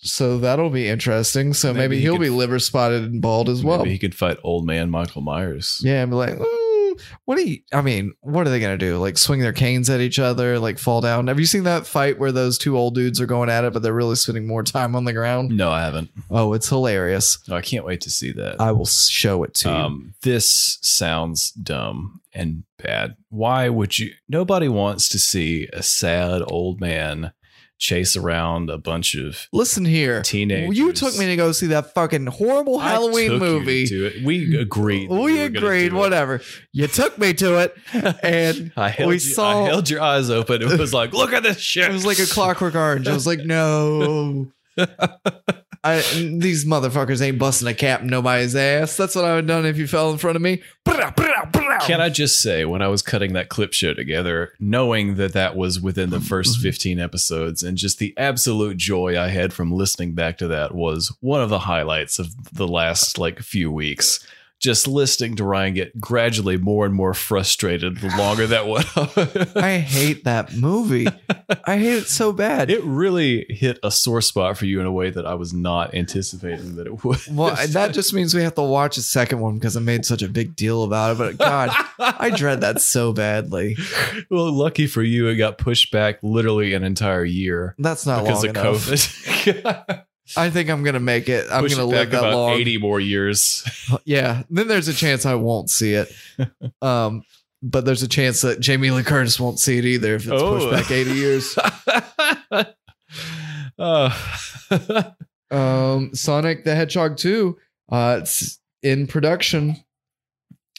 So that'll be interesting. So
Maybe
maybe,
he
he'll
could-
be liver spotted and bald as well.
Maybe he could fight old man Michael Myers.
Yeah, and be like, "Mm, what do you? I mean, what are they gonna do? Like swing their canes at each other, like fall down? Have you seen that fight where those two old dudes are going at it, but they're really spending more time on the ground?
No, I haven't.
Oh, it's hilarious.
No, I can't wait to see that.
I will s- show it to you.
Um, this sounds dumb and bad. Why would you? Nobody wants to see a sad old man chase around a bunch of
Listen here,
teenagers.
you took me to go see that fucking horrible
I
Halloween
took you
movie.
to it. We agreed. that
We,
were gonna
agreed,
do it.
whatever. You took me to it, and
I held,
we
you-
saw.
I held your eyes open. It was like, look at this shit.
it was like a clockwork orange. I was like, no. I, these motherfuckers ain't busting a cap in nobody's ass. That's what I would have done if you fell in front of me.
Can I just say, when I was cutting that clip show together, knowing that that was within the first 15 episodes, and just the absolute joy I had from listening back to that was one of the highlights of the last like few weeks. Just listening to Ryan get gradually more and more frustrated the longer that went on.
I hate that movie. I hate it so bad.
it really hit a sore spot for you in a way that I was not anticipating that it would.
well, that just means we have to watch a second one because I made such a big deal about it. But God, I dread that so badly.
well, lucky for you, it got pushed back literally an entire year
That's not
because of
long enough.
COVID.
I think I'm gonna make it. I'm
Push
gonna
it back
live that
about
long.
80 more years.
Yeah. Then there's a chance I won't see it. Um, but there's a chance that Jamie Lee Curtis won't see it either if it's
Oh.
pushed back 80 years.
Uh,
Um, Sonic the Hedgehog 2, uh, it's in production.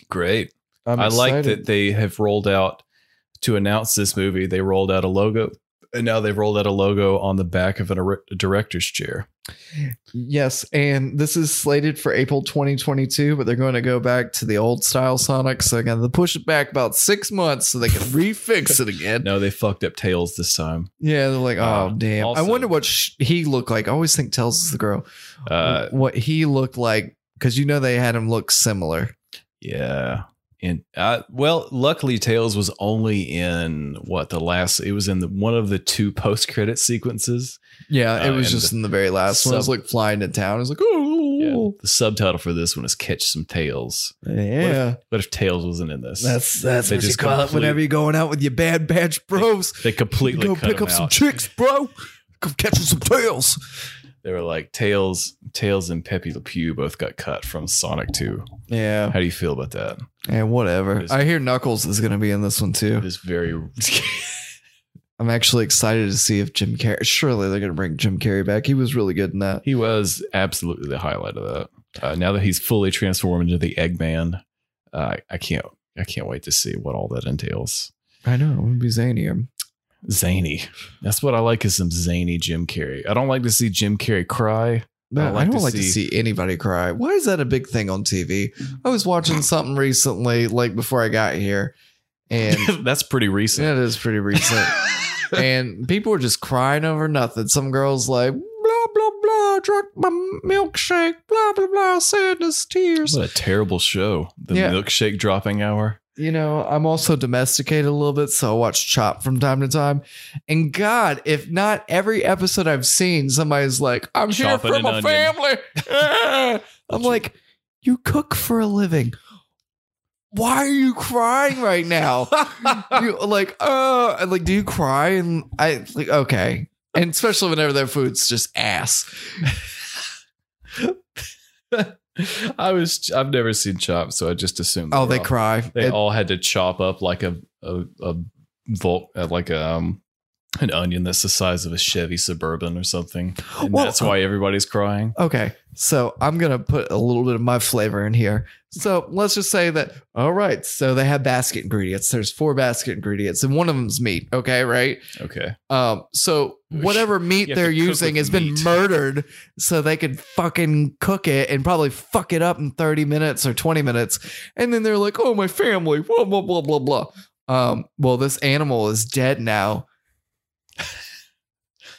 Great.
I'm
i like
excited.
that they have rolled out to announce this movie. They rolled out a logo, and now they've rolled out a logo on the back of an ar- a director's chair.
Yes, and this is slated for April 2022, but they're going to go back to the old style Sonic. So they're going to push it back about six months so they can refix it again.
No, they fucked up tails this time.
Yeah, they're like, oh
Uh,
damn.
also-
I wonder what sh- he looked like. I always think tells us the girl
Uh,
what he looked like because you know they had him look similar.
yeah. And uh, well, luckily, Tails was only in what the last. It was in the, one of the two post-credit sequences.
Yeah, it
Uh,
was
and
just in the very last one. It was
sub-
like flying to town. It was like, oh,
The subtitle for this one is "Catch Some Tails."
yeah.
What if Tails wasn't in this?
That's that's
They
what you
just
call it
complete-
whenever you're going out with your bad batch bros.
they
You
completely
go
cut
pick
him
up some
out.
chicks, bro. Come catching some tails.
They were like Tails, Tails, and Pepe Le Pew both got cut from Sonic Two.
Yeah,
How do you feel about that?
and whatever.
Just-
I hear Knuckles is going to be in this one too.
This very
I'm actually excited to see if Jim Carrey. Surely they're going to bring Jim Carrey back. He was really good in that.
he was absolutely the highlight of that. Uh, now that he's fully transformed into the Eggman, uh, I can't I can't wait to see what all that entails.
I know. I'm gonna be zanier.
Zany. That's what I like is some zany Jim Carrey. I don't like to see Jim Carrey cry.
No,
I
I,
like
don't
to
like to
see-
see anybody cry. Why is that a big thing on TV? I was watching something recently, like before I got here, and
That's pretty recent.
yeah, it is pretty recent. and people were just crying over nothing. Some girls like blah blah blah, drank my milkshake, blah blah blah, sadness tears.
What a terrible show. The
Yeah.
milkshake dropping hour.
you know, I'm also domesticated a little bit, so I watch Chop from time to time. And God, if not every episode I've seen, somebody's like, I'm
Chopping an
here for my
onion.
family. I'm like, you cook for a living. Why are you crying right now? you like, oh, and, like, do you cry? And I like, okay. And especially whenever their food's just ass.
I was I've never seen Chop, so I just assumed.
Oh, they
were all-
cry.
They
It-
all had to chop up like a a, a vol, uh, like a um, an onion that's the size of a Chevy Suburban or something. And
Well,
that's why everybody's crying.
Okay, so I'm gonna put a little bit of my flavor in here. So let's just say that. All right, so they have basket ingredients. There's four basket ingredients, and one of them's meat. Okay, right.
Okay,
Um, so whatever meat
You have
they're
to cook
using
with
has been
meat.
murdered, so they could fucking cook it and probably fuck it up in 30 minutes or 20 minutes, and then they're like, "Oh, my family," blah blah blah blah blah. Um, well, this animal is dead now.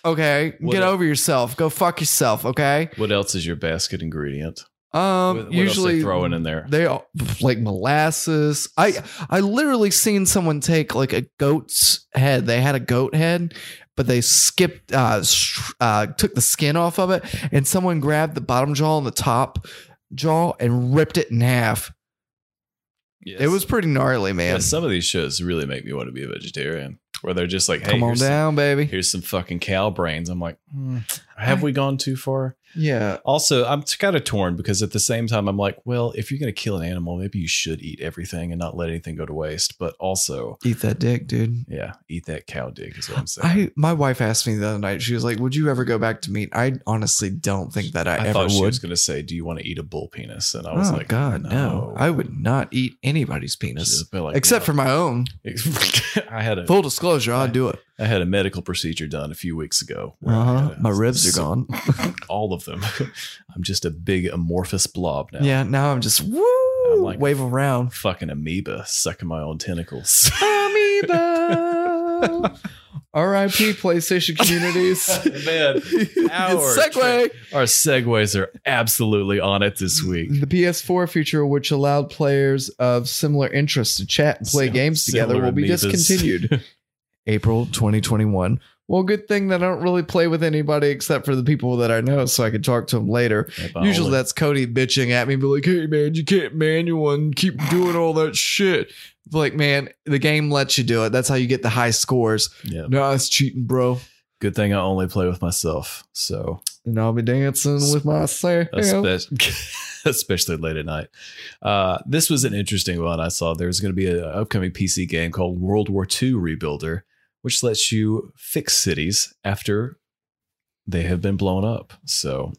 Okay,
What
get
a-
over yourself. Go fuck yourself. Okay.
what else is your basket ingredient?
Um,
What- what else
usually
they throwing in there?
they all like molasses. I I literally seen someone take like a goat's head. They had a goat head, but they skipped uh, sh- uh took the skin off of it, and someone grabbed the bottom jaw and the top jaw and ripped it in half.
Yes.
It was pretty gnarly,
Yeah,
man.
some of these shows really make me want to be a vegetarian, where they're just like, "Hey,
Come on
here's, some,
down, baby.
here's some fucking cow brains." I'm like, "Hmm, "Have we gone too far?"
Yeah,
Also, I'm kind of torn because at the same time, I'm like, "Well, if you're gonna kill an animal, maybe you should eat everything and not let anything go to waste." But also,
eat that dick, dude.
yeah, eat that cow dick is what I'm saying.
I my wife asked me the other night. She was like, "Would you ever go back to meat?" I honestly don't think that I,
I
ever
thought
would.
she was gonna say, "Do you want to eat a bull penis?" And I was
oh
like,
God, no. I would not eat anybody's penis
She's been like,
except for
"No."
my own.
I had a
Full disclosure, I'd do it.
I had a medical procedure done a few weeks ago. where I
Uh-huh.
had a-
My ribs are gone.
all of them. I'm just a big amorphous blob now.
Yeah, now I'm just woo,
I'm like-
wave around.
Fucking amoeba sucking my own tentacles.
Amoeba. R.I.P. PlayStation communities.
Man, our
Segway.
our segues are absolutely on it this week.
The PS4 feature, which allowed players of similar interests to chat and play
Sim-
games together,
similar
will be
amoebas.
discontinued. April 2021. Well, good thing that I don't really play with anybody except for the people that I know, so I can talk to them later.
If I
Usually
only-
that's Cody bitching at me, be like, hey man, you can't manual and keep doing all that shit. Be Like, man, the game lets you do it. That's how you get the high scores.
yeah.
No, it's cheating, bro.
Good thing I only play with myself. So
And I'll be dancing with myself.
espe- especially late at night. Uh, this was an interesting one I saw. There's going to be an upcoming PC game called World War II Rebuilder, which lets you fix cities after they have been blown up. So,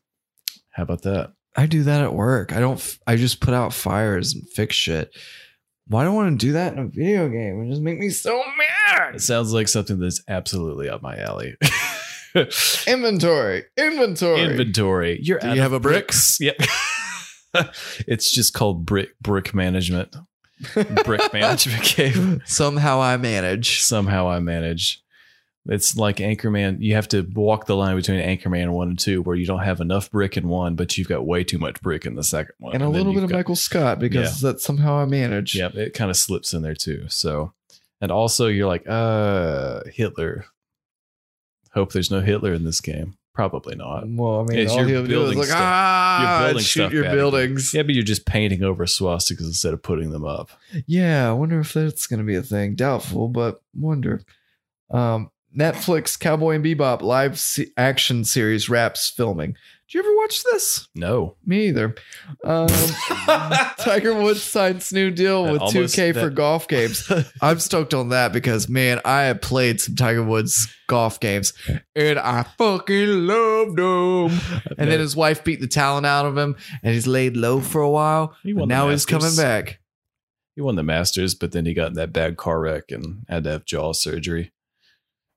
how about that?
I do that at work. I don't f- I just put out fires and fix shit. Why do I want to do that in a video game? It just make me so
It
mad.
sounds like something that's absolutely up my alley.
Inventory. Inventory.
Inventory. You're
Do
out
you
of
have a bricks?
Yep. it's just called brick brick management. Brick management game.
Somehow I manage.
somehow I manage. It's like Anchorman. You have to walk the line between Anchorman one and two, where you don't have enough brick in one, but you've got way too much brick in the second one,
And a
then
little bit
you've
of
got-
Michael Scott because that's somehow I manage.
Yep, it kind of slips in there too. So, and also you're like, uh, Hitler. Hope there's no Hitler in this game. Probably not.
Well, I mean,
It's
all
Uh, your
he'll do is
building
like,
stuff.
ah,
You're building
shoot
stuff
your
back.
buildings.
Yeah, but you're just painting over swastikas instead of putting them up.
Yeah, I wonder if that's going to be a thing. Doubtful, but wonder. Um, Netflix Cowboy and Bebop live se- action series wraps filming. Did you ever watch this?
No,
Me either. Um, Tiger Woods signs new deal
That
with
almost-
2K for
that-
golf games. I'm stoked on that because man, I have played some Tiger Woods golf games and I fucking loved them. And then his wife beat the talent out of him and he's laid low for a while.
He
And
won the
now he's coming
Masters.
back.
he won the Masters, but then he got in that bad car wreck and had to have jaw surgery.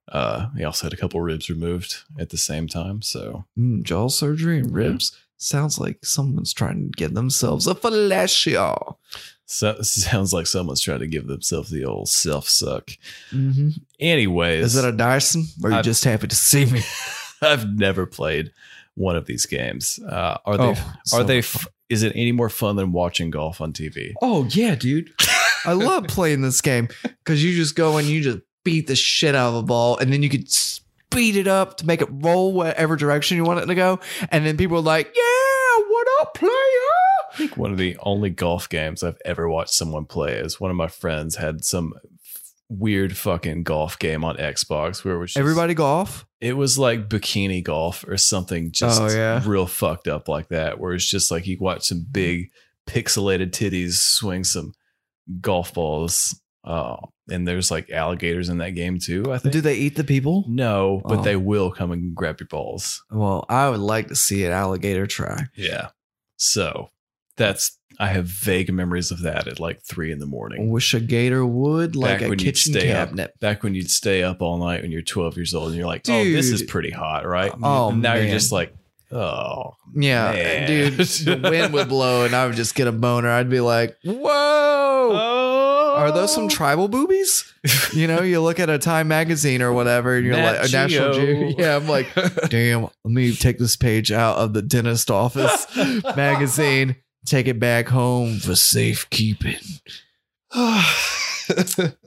Uh, he also had a couple ribs removed at the same time. So
Mm, jaw surgery and ribs. Sounds like someone's trying to get themselves a fellatio.
so sounds like someone's trying to give themselves the old self suck.
Mm-hmm.
Anyways,
Is that a Dyson? Or are you
I've-
just happy to see me?
I've never played one of these games. Uh, are they?
Oh,
are
so-
they? F- is it any more fun than watching golf on TV?
Oh yeah, dude. I love playing this game because you just go and you just beat the shit out of a ball, and then you could speed it up to make it roll whatever direction you want it to go, and then people are like, "Yeah, what up, player?"
I think one of the only golf games I've ever watched someone play is one of my friends had some f- weird fucking golf game on Xbox where it was just-
Everybody golf.
It was like bikini golf or something just
Oh, yeah.
real fucked up like that, where it's just like you watch some big pixelated titties swing some golf balls. Uh, and there's like alligators in that game too, I think.
Do they eat the
Mm.
people?
No, but
Oh.
they will come and grab your balls.
Well, I would like to see an alligator try.
Yeah. So that's, I have vague memories of that at like three in the morning.
Wish a gator would like
Back
a
when you'd
kitchen
stay up.
cabinet.
Back when you'd stay up all night when you're 12 years old and you're like, oh, this is
Dude.
pretty hot, right? And
Oh,
now
man.
you're just like, oh,
Yeah,
Man.
dude, the wind would blow, and I would just get a boner. I'd be like, "Whoa!"
Oh,
are those some tribal boobies? you know, you look at a Time magazine or whatever, and you're
Nat
like a National
Geo.
Ge- Yeah, I'm like, damn. Let me take this page out of the dentist office magazine, take it back home for safekeeping.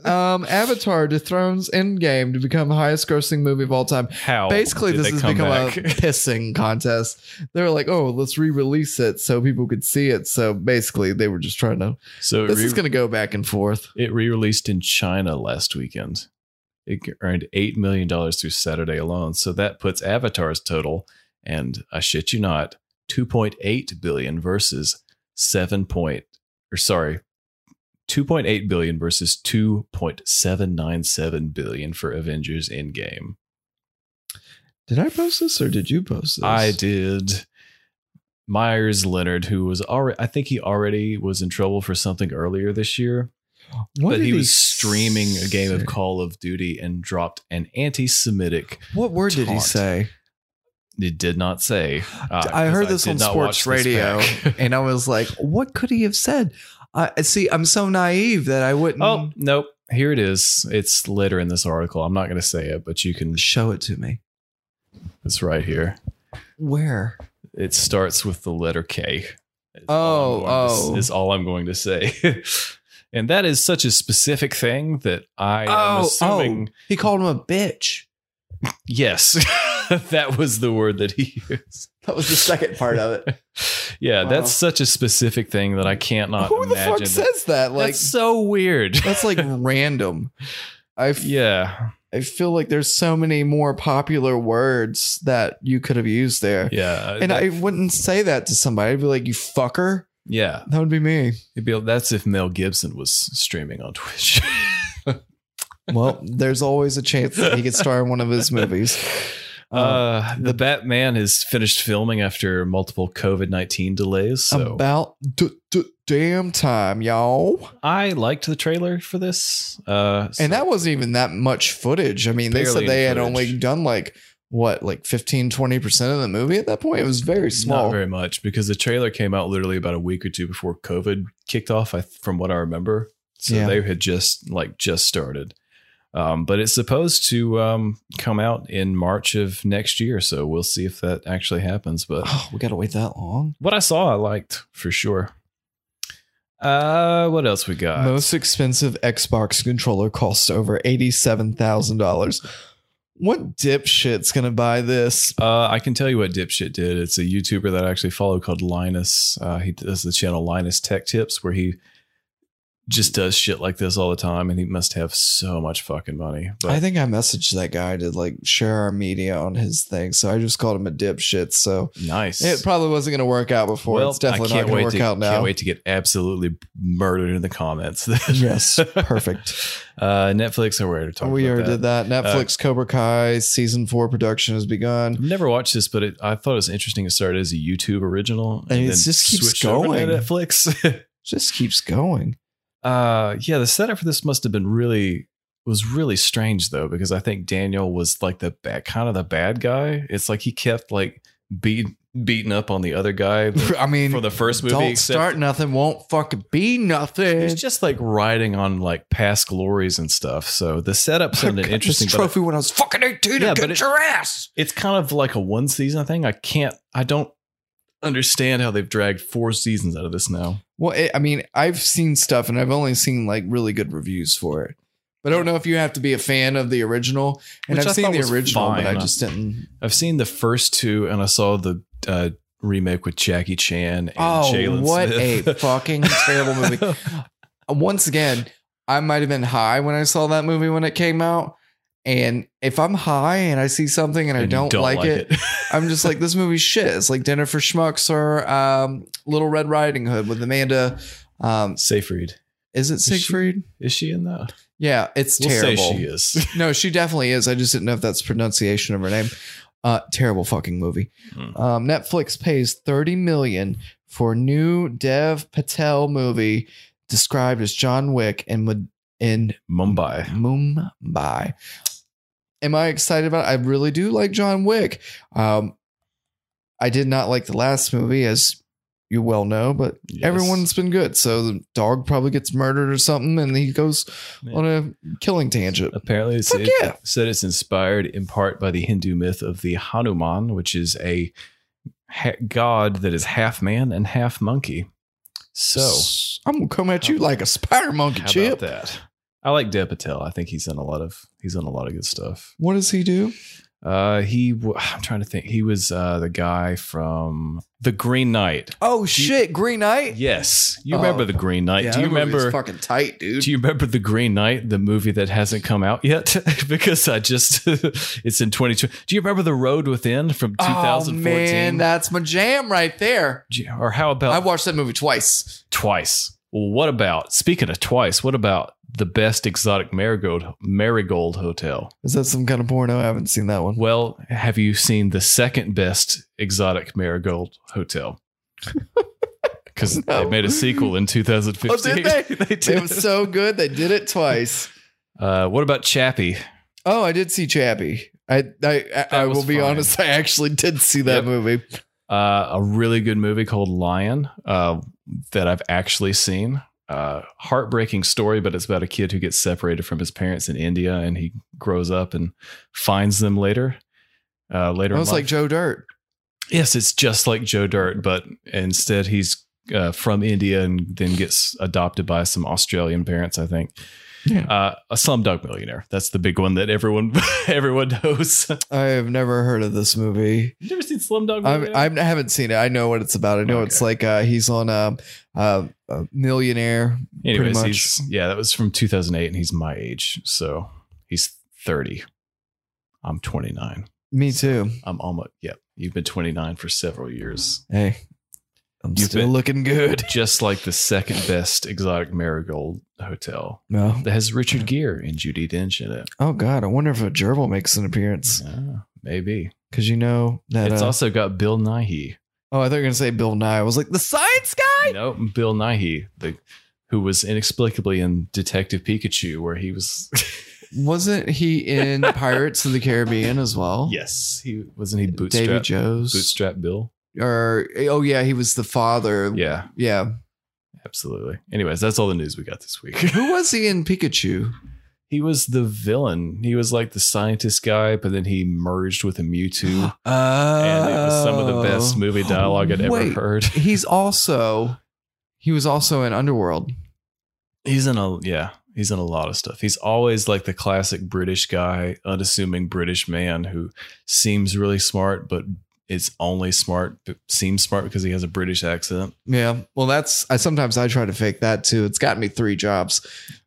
Um, Avatar dethrones Endgame to become highest grossing movie of all time.
How?
Basically,
Oh, did
this
they
has
come
become
back?
a pissing contest. They were like, "Oh, let's re-release it so people could see it." So basically, they were just trying to.
So it,
This
re-
is going to go back and forth.
it re-released in China last weekend. It earned eight million dollars through Saturday alone. So that puts Avatar's total, and I shit you not, two point eight billion versus seven point or sorry, two point eight billion versus two point seven nine seven billion for Avengers Endgame.
Did I post this or did you post this?
I did. Myers Leonard, who was already, I think he already was in trouble for something earlier this year,
What
but
did
he was streaming a game
say?
of Call of Duty and dropped an anti-Semitic.
What word did he
taunt.
say?
It did not say. uh,
I
'cause
heard this
did
on
not watch
sports
this
radio,
back.
and I was like, "What could he have said?" I see. I'm so naive that I wouldn't.
oh nope, here it is. It's later in this article. I'm not going to say it, but you can.
show it to me.
It's right here.
Where?
It starts with the letter K. Is all I'm
Oh,
going to-
oh.
is all I'm going to say. and that is such a specific thing that I
Oh,
am assuming.
he called him a bitch.
Yes, that was the word that he used.
That was the second part of it.
Yeah,
Wow.
that's such a specific thing that I can't not.
Who the
imagine
fuck
that-
says that? Like
that's so weird.
that's like random. I f-
yeah,
I feel like there's so many more popular words that you could have used there.
yeah,
And I wouldn't say that to somebody. I'd be like, "You fucker."
yeah.
That would be me.
It'd be, that's if Mel Gibson was streaming on Twitch.
Well, there's always a chance that he could star in one of his movies. Oh.
Uh, the Batman has finished filming after multiple COVID nineteen delays. So
About d- d- damn time, y'all.
I liked the trailer for this. Uh, so-
and that wasn't even that much footage. I mean, they
Barely
said they had
footage.
only done like what, like 15, 20% of the movie at that point. It was very small.
Not very much because the trailer came out literally about a week or two before COVID kicked off. I, from what I remember, so
Yeah.
they had just like just started. Um, but it's supposed to um, come out in March of next year, so we'll see if that actually happens. But
oh, we got to wait that long.
what I saw, I liked for sure. Uh, what else we got?
Most expensive Xbox controller costs over $87,000. What dipshit's going to buy this?
Uh, I can tell you what Dipshit did. It's a YouTuber that I actually follow called Linus. Uh, he does the channel Linus Tech Tips where he just does shit like this all the time, and he must have so much fucking money. But
I think I messaged that guy to like share our media on his thing. So I just called him a dipshit. So
nice.
it probably wasn't going to work out before.
Well,
it's definitely
I
not
can't
going
wait
to work
to,
out now.
Can't wait to get absolutely murdered in the comments.
Yes, perfect.
Uh, Netflix, I already talked.
we
about
already
that. Uh,
did that. Netflix Cobra Kai season four production has begun.
I've never watched this, but it, I thought it was interesting. It started as a YouTube original,
And it
then
just keeps
switched over to
going.
Netflix.
Just keeps going.
uh yeah the setup for this must have been really was really strange though because i think daniel was like the bad kind of the bad guy it's like he kept like beat beating up on the other guy
I mean,
for the first movie
don't
except
start nothing, won't fucking be nothing.
he's just like riding on like past glories and stuff so the setup sounded
Got
interesting
This
but
trophy when I was fucking eighteen.
Yeah,
Yeah,
but it-
your ass.
it's kind of like a one season thing i can't i don't understand how they've dragged four seasons out of this now
Well, it, I mean, I've seen stuff, and I've only seen like really good reviews for it. But I don't know if you have to be a fan of the original. And
Which I
I've seen
thought
the
was
original, but
fine.
I just didn't.
i've seen the first two and i saw the uh remake with jackie chan and
Oh,
Jalen
what
Smith.
a fucking terrible movie! once again, I might have been high when I saw that movie when it came out. And if I'm high and I see something and I
And you
don't, like, it, I'm just like, this movie's shit. It's like Dinner for Schmucks or um, Little Red Riding Hood with Amanda. Um,
Seyfried.
is it
she-
Siegfried?
Is she in that?
yeah, it's
We'll
terrible.
say she is.
No, she definitely is. I just didn't know if that's pronunciation of her name. Uh, terrible fucking movie.
Hmm.
Um, Netflix pays 30 million for new Dev Patel movie described as John Wick and would in
Mumbai.
Mumbai. Am I excited about it? I really do like John Wick. Um, I did not like the last movie, as you well know, but
Yes.
everyone's been good. So the dog probably gets murdered or something, and he goes
Yeah.
on a killing tangent.
Apparently, it's,
Fuck
it
yeah.
said it's inspired in part by the Hindu myth of the Hanuman, which is a ha- god that is half man and half monkey. So,
I'm gonna come at you like a spider monkey
how
chip.
about that? I like Dev Patel. I think he's done a lot of he's done a lot of good stuff.
What does he do?
Uh, he w- I'm trying to think. He was uh, the guy from The Green Knight.
Oh shit, Green Knight.
Yes, you
Oh.
remember The Green Knight?
Yeah,
do you
that movie was
remember?
Fucking tight, dude.
Do you remember The Green Knight, the movie that hasn't come out yet? because I just, it's in 2020. Do you remember The Road Within from
Oh, man,
2014?
that's my jam right there.
Do you- or how about
I watched that movie twice.
Twice? Well, what about, speaking of Twice, what about the best exotic marigold, marigold hotel?
Is that some kind of porno? I haven't seen that one.
Well, have you seen the second best exotic marigold hotel? Because
No.
they made a sequel in 2015.
Oh, did they?
They
It
did.
was so good they did it twice.
uh, what about Chappie?
Oh, I did see Chappie. I I, I, I
was
will be
fine.
honest. I actually did see that
Yep.
movie.
uh, a really good movie called Lion uh, that I've actually seen. Uh, heartbreaking story, but it's about a kid who gets separated from his parents in India, and he grows up and finds them later. Uh, later,
I
in
was like
life.
Joe Dirt.
yes, it's just like Joe Dirt, but instead he's uh, from India and then gets adopted by some Australian parents, I think.
Yeah.
Uh, a Slumdog Millionaire. That's the big one that everyone everyone knows.
I have never heard of this movie.
you ever seen Slumdog
I'm,
Millionaire?
I'm, I haven't seen it. I know what it's about. I know it's
Okay.
like uh, he's on a, a, a millionaire.
Anyways,
much.
he's yeah, that was from 2008, and he's my age, so he's 30. I'm 29.
Me too.
I'm almost yeah. You've been 29 for several years,
Hey, I'm
You've
still
been-
looking good.
just like the second best exotic marigold hotel
No.
that has Richard Gere and Judy Dench in it.
Oh God, I wonder if a gerbil makes an appearance
Yeah, maybe
because you know that.
it's
uh,
also got Bill Nighy.
oh, I thought you were gonna say Bill Nye. I was like the science guy.
No, Bill Nighy, the who was inexplicably in Detective Pikachu, where he was.
Wasn't he in Pirates of the Caribbean as well?
yes, he wasn't he
David
bootstrap
Joes.
bootstrap Bill.
Or oh yeah, he was the father.
Yeah.
Yeah.
Absolutely. Anyways, that's all the news we got this week.
Who was he in Pikachu?
he was the villain. He was like the scientist guy, but then he merged with a Mewtwo, and it was some of the best
Oh.
movie dialogue I'd ever
Wait,
heard.
He's also he was also in Underworld.
He's in a yeah. He's in a lot of stuff. He's always like the classic British guy, unassuming British man who seems really smart, but it's only smart, but seems smart because he has a British accent.
Yeah. Well, that's I sometimes I try to fake that too. It's gotten me three jobs.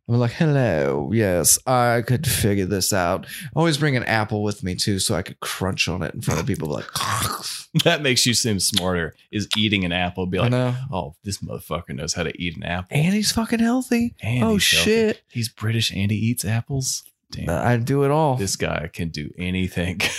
I'm like, hello, yes, I could figure this out. I always bring an apple with me too, so I could crunch on it in front of people. Like,
That makes you seem smarter. Is eating an apple be
I
like,
know.
oh, this motherfucker knows how to eat an apple.
And he's fucking healthy.
And
oh
he's healthy.
shit!
He's British and he eats apples. Damn.
I do it all.
this guy can do anything.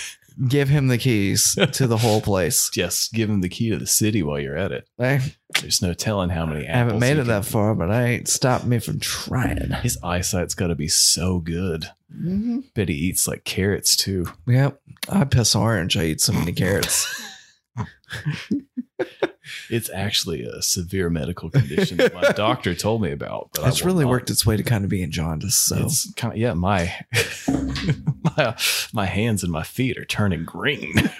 Give him the keys to the whole place.
Just give him the key to the city while you're at it.
I
There's no telling how many
I
apples.
haven't made
he
it that
can-
far, but I ain't stopped me from trying.
His eyesight's got to be so good.
Mhm.
Bet he eats like carrots too.
Yep, I piss orange. I eat so many carrots.
It's actually a severe medical condition that my doctor told me about. But I
it's
will
really
not-
worked its way to kind of being jaundice. So
It's kind of, yeah, my my my hands and my feet are turning green.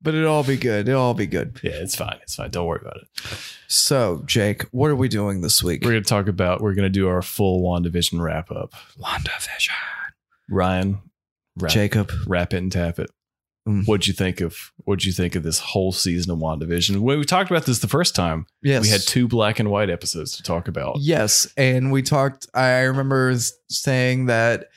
But it'll all be good. It'll all be good.
yeah, it's fine. It's fine. Don't worry about it.
So, Jake, what are we doing this week?
We're gonna talk about. We're gonna do our full WandaVision wrap up.
WandaVision.
Ryan, wrap
Jacob.
wrap it and tap it.
Mm.
What'd you think of what'd you think of this whole season of WandaVision? When we talked about this the first time,
Yes.
we had two black and white episodes to talk about.
Yes. And we talked, I remember s- saying that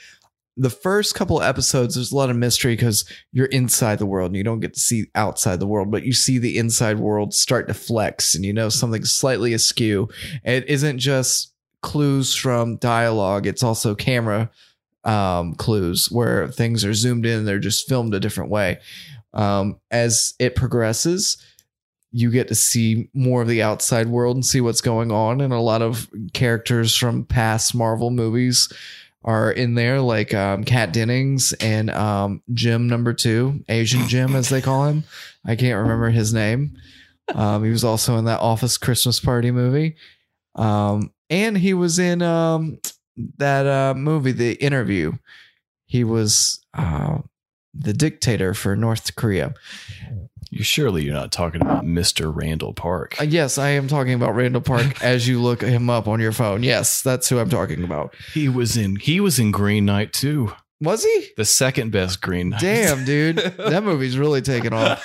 the first couple episodes, there's a lot of mystery because you're inside the world and you don't get to see outside the world, but you see the inside world start to flex and you know something's slightly askew. It isn't just clues from dialogue, it's also camera um, clues where things are zoomed in, they're just filmed a different way. Um, as it progresses, you get to see more of the outside world and see what's going on and a lot of characters from past marvel movies are in there like um, kat dennings and um, jim number two asian jim as they call him i can't remember his name Um, he was also in that Office Christmas Party movie, um, and he was in um, that uh, movie, The Interview. He was uh, the dictator for North Korea.
You surely you're not talking about Mr. Randall Park.
Uh, yes, I am talking about Randall Park. as you look him up on your phone, yes, that's who I'm talking about.
he was in he was in Green Knight too.
Was he?
The second best Green Knight.
Damn, dude, that movie's really taken off.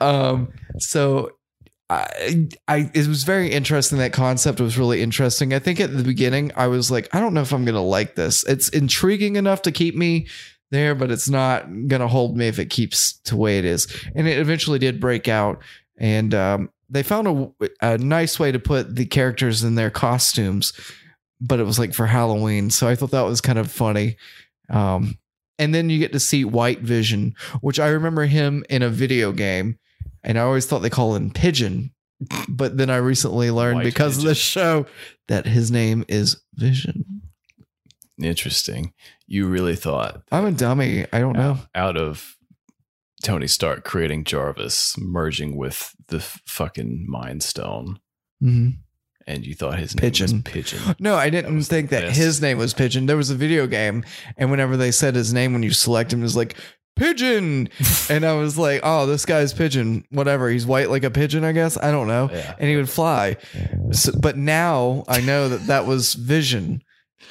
um so I, I it was very interesting that concept was really interesting i think at the beginning i was like i don't know if i'm gonna like this it's intriguing enough to keep me there but it's not gonna hold me if it keeps to way it is and it eventually did break out and um they found a, a nice way to put the characters in their costumes but it was like for halloween so i thought that was kind of funny um and then you get to see White Vision, which I remember him in a video game, and I always thought they call him Pigeon. But then I recently learned
White
because
Pigeon.
of the show that his name is Vision.
Interesting. You really thought
I'm a dummy. I don't know.
out of Tony Stark creating Jarvis, merging with the f- fucking Mind Stone,
hmm
and you thought his name
Pigeon.
was Pigeon.
No, I
That
didn't
was
think
the
that
best.
his name was Pigeon. There was a video game, and whenever they said his name, when you select him, it was like Pigeon, and I was like, oh, this guy's Pigeon. Whatever. He's white like a pigeon, I guess. I don't know.
Yeah.
and he would fly. So, but now I know that that was Vision.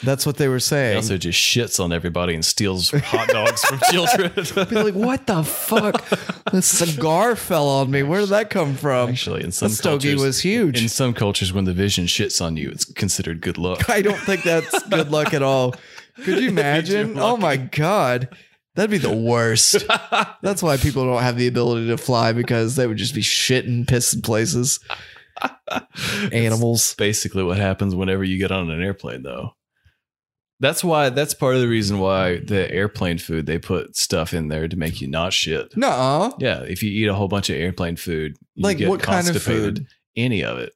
That's what they were
He
saying.
also just shits on everybody and steals hot dogs from children.
Be like, what the fuck? the cigar fell on me. Where did that come from?
Actually, in
That
some
stogie
cultures,
was huge.
in some cultures, when the vision shits on you, it's considered good luck.
I don't think that's good luck at all. Could you imagine? Oh my god, that'd be the worst. That's why people don't have the ability to fly because they would just be shitting, pissing places. Animals.
It's basically what happens whenever you get on an airplane, though. That's why. That's part of the reason why the airplane food they put stuff in there to make you not shit.
Nuh-uh.
Yeah, if you eat a whole bunch of airplane food, you
Like
get
what kind of
constipated.
food?
Any of it.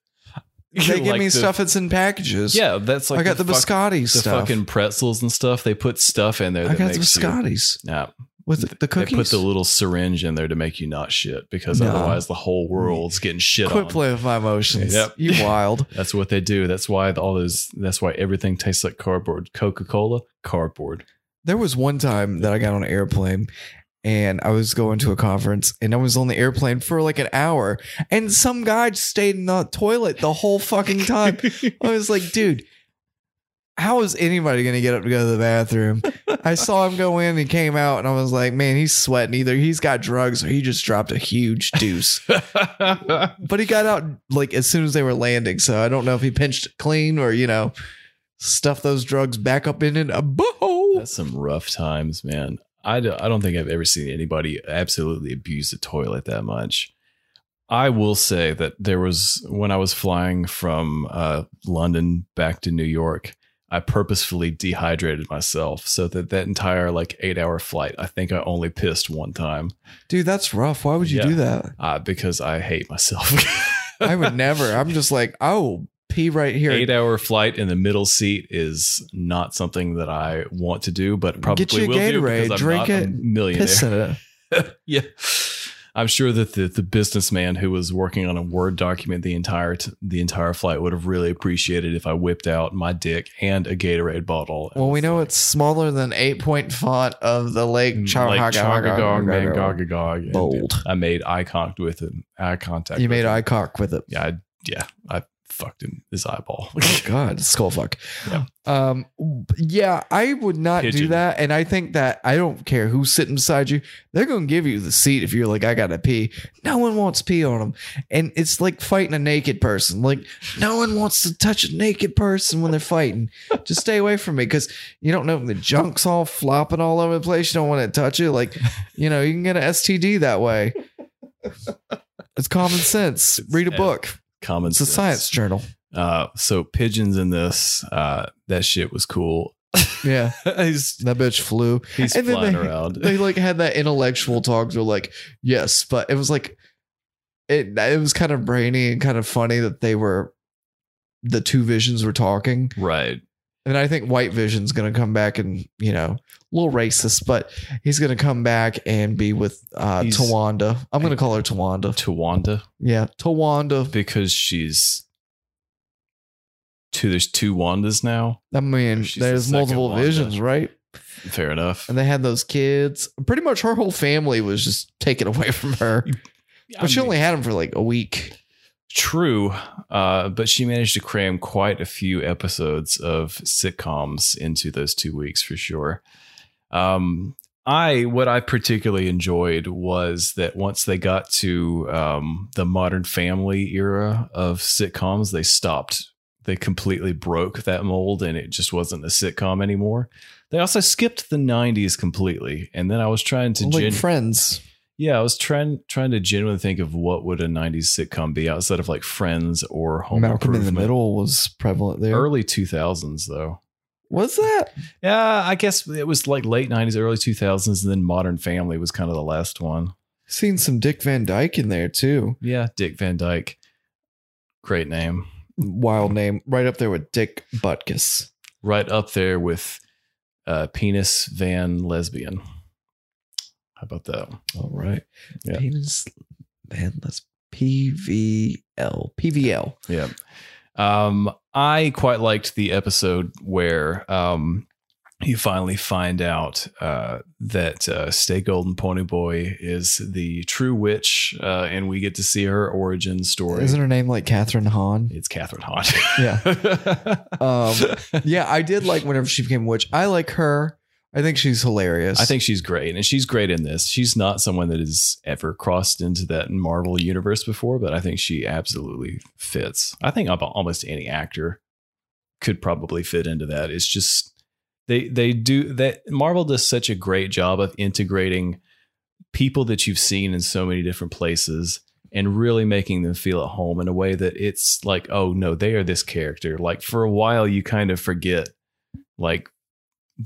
They give
Like
me
the-
stuff that's in packages.
Yeah, that's like
I got the,
fuck-
biscotti
the
stuff.
fucking pretzels and stuff. They put stuff in there.
I
that
got the
makes you-
biscottis
Yeah,
with the, the
they put
cookies.
the little syringe in there to make you not shit because
No.
otherwise the whole world's getting shit
Quit
on.
playing with my emotions.
Yep.
You wild.
That's what they do. That's why all those. That's why everything tastes like cardboard. Coca Cola, cardboard.
There was one time that I got on an airplane and I was going to a conference and I was on the airplane for like an hour and some guy just stayed in the toilet the whole fucking time. I was like, dude, how is anybody going to get up to go to the bathroom? I saw him go in and he came out and I was like, man, he's sweating. Either he's got drugs or he just dropped a huge deuce. but he got out like as soon as they were landing. So I don't know if he pinched it clean or, you know, stuffed those drugs back up in it. A butthole.
That's some rough times, man. I don't, I don't think I've ever seen anybody absolutely abuse a toilet that much. I will say that there was when I was flying from uh, London back to New York, I purposefully dehydrated myself so that that entire like eight hour flight, I think I only pissed one time
Dude, that's rough. Why would you
Yeah.
do that?
uh, because I hate myself.
I would never. I'm just like, oh, pee right here.
Eight hour flight in the middle seat is not something that I want to do, but probably
Get you a
will do
Gatorade,
because I'm not
drink
a
it,
millionaire.
Piss in it.
yeah. I'm sure that the, the businessman who was working on a Word document the entire t- the entire flight would have really appreciated if I whipped out my dick and a Gatorade bottle.
Well, we know it's smaller than eight point font of the lake. Chow-
like
Haga- Haga-
Chagagog,
Haga-
man,
Haga-
Gogagog. And
Bold.
I made eye contact with him. Eye contact.
You
with
made
him.
eye cock with it.
Yeah, I, yeah. I fucked him his eyeball.
Oh God, skull fuck.
Yeah.
Um, yeah, I would not do
Pigeon.
that, and I think that I don't care who's sitting beside you. They're gonna give you the seat if you're like, I gotta pee. No one wants pee on them, and it's like fighting a naked person. Like no one wants to touch a naked person when they're fighting. Just stay away from me because you don't know the junk's all flopping all over the place. You don't want to touch it. Like you know, you can get an STD that way. It's common sense. Read a
uh,
book.
Common
It's a
sense.
science journal.
Uh, so pigeons in this, uh, that shit was cool.
Yeah.
he's
That bitch flew.
he's
And then
flying
they-
around.
They like had that intellectual talk. They're like, yes, but it was like, it it was kind of brainy and kind of funny that they were, the two visions were talking.
right.
And I think White Vision's going to come back and, you know, a little racist, but he's going to come back and be with uh,
He's-
Tawanda. I'm going to call her Tawanda.
to Wanda
Yeah, Tawanda.
because she's two. There's two Wandas now.
I mean,
She's the
there's
second
multiple
Wanda.
visions, right?
Fair enough.
And they had those kids. Pretty much her whole family was just taken away from her. But
I
she
mean,
only had him for like a week.
True, uh, but she managed to cram quite a few episodes of sitcoms into those two weeks for sure. Um, I what I particularly enjoyed was that once they got to um, the Modern Family era of sitcoms, they stopped. They completely broke that mold, and it just wasn't a sitcom anymore. They also skipped the '90s completely, and then I was trying to
like
gen-
friends.
yeah, I was trying trying to genuinely think of what would a '90s sitcom be outside of like Friends or Home
Malcolm in the
Improvement.
Middle was prevalent there.
Early 2000s though.
Was that?
Yeah, I guess it was like late '90s, early 2000s, and then Modern Family was kind of the last one.
Seen some Dick Van Dyke in there too.
Yeah, Dick Van Dyke, great name,
Wild name, right up there with Dick Butkus.
right up there with uh, Penis Van Lesbian. How about that?
All right.
Yeah.
Penis man, that's PVL. PVL.
Yeah. Um, I quite liked the episode where um, you finally find out uh, that uh, Stay Golden Pony Boy is the true witch, uh, and we get to see her origin story.
Isn't her name like Catherine Hahn?
it's Catherine Hahn.
Um, yeah, I did like whenever she became a witch. I like her. I think she's hilarious.
I think she's great, and she's great in this. She's not someone that has ever crossed into that Marvel universe before, but I think she absolutely fits. I think about almost any actor could probably fit into that. It's just they they do that. Marvel does such a great job of integrating people that you've seen in so many different places and really making them feel at home in a way that it's like, oh no, they are this character. Like for a while, you kind of forget, like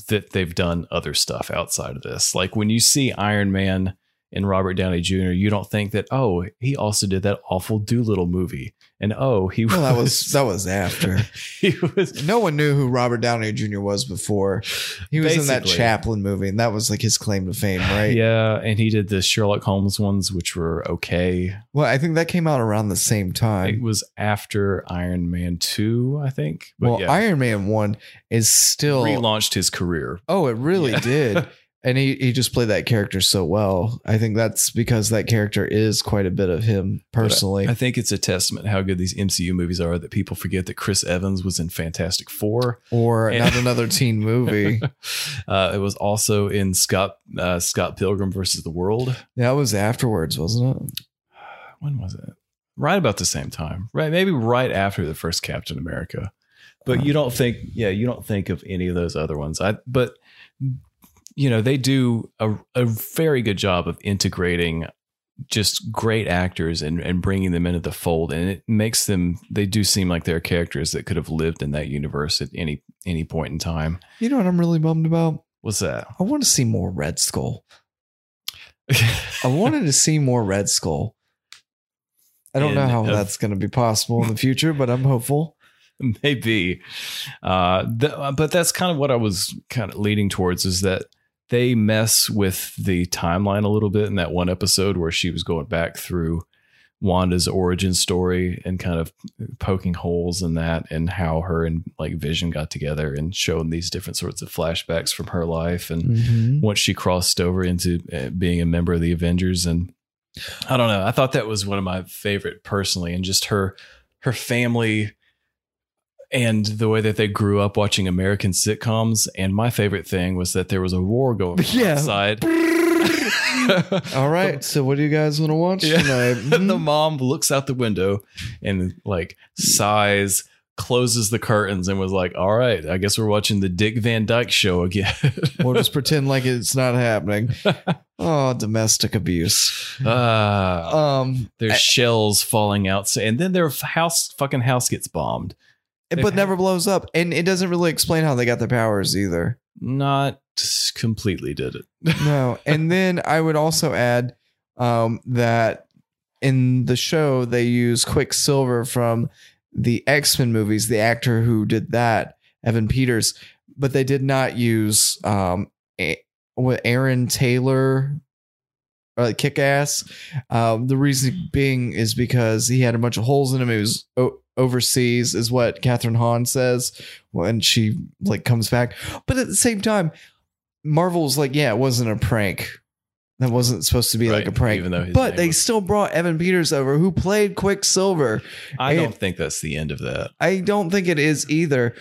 that they've done other stuff outside of this. Like when you see Iron Man and Robert Downey Jr., you don't think that, oh, he also did that awful Doolittle movie, and oh, he
well, that was that was after.
he was
No one knew who Robert Downey Jr. was before. He was in that
Basically.
Chaplin movie, and that was like his claim to fame, right?
Yeah, and he did the Sherlock Holmes ones, which were okay.
Well, I think that came out around the same
It
time.
was after Iron Man Two, I think. But
well,
yeah,
Iron Man One is still.
relaunched his career.
Oh, it really
Yeah.
did, and he he just played that character so well. I think that's because that character is quite a bit of him personally.
I think it's a testament how good these MCU movies are that people forget that Chris Evans was in Fantastic Four.
or
And-
not another teen movie
Uh, it was also in Scott uh, Scott Pilgrim versus the World.
that was afterwards, wasn't it?
When was it? Right about the same time, right? Maybe right after the first Captain America. But you don't think, yeah, you don't think of any of those other ones. I, but you know, they do a, a very good job of integrating just great actors and, and bringing them into the fold. And it makes them, they do seem like they're characters that could have lived in that universe at any, any point in time.
You know what I'm really bummed about?
What's that?
I want to see more Red Skull. I wanted to see more Red Skull. I don't know
And uh,
how
of-
that's going to be possible in the future, but I'm hopeful.
maybe uh th- but that's kind of what i was kind of leading towards is that they mess with the timeline a little bit in that one episode where she was going back through wanda's origin story and kind of poking holes in that and how her and like vision got together and showing these different sorts of flashbacks from her life and once she crossed over into uh, being a member of the Avengers and I don't know. I thought that was one of my favorite personally and just her her family and the way that they grew up watching American sitcoms and my favorite thing was that there was a war going on
Yeah.
outside.
All right. So, what do you guys want to watch
Yeah.
tonight?
And the
Mhm.
mom looks out the window and like sighs, closes the curtains and was like, "All right, I guess we're watching the Dick Van Dyke show again."
we'll just pretend like it's not happening. Oh, domestic abuse.
Ah.
Um,
There's shells falling out, so- and then their f- house, fucking house, gets bombed. They've
but
had-
never blows up, and it doesn't really explain how they got their powers either.
Not completely did it.
No, and then I would also add um, that in the show they use Quicksilver from the X Men movies, the actor who did that Evan Peters, but they did not use um A- what Aaron Taylor uh, kick ass. Um, the reason being is because he had a bunch of holes in him. He was o- overseas, is what Catherine Hahn says when she like comes back. But at the same time, Marvel's like, yeah, it wasn't a prank. That wasn't supposed to be like
Right,
a prank.
even though his
but
name
they
was-
still brought Evan Peters over, who played Quicksilver.
I
and-
don't think that's the end of that.
I don't think it is either,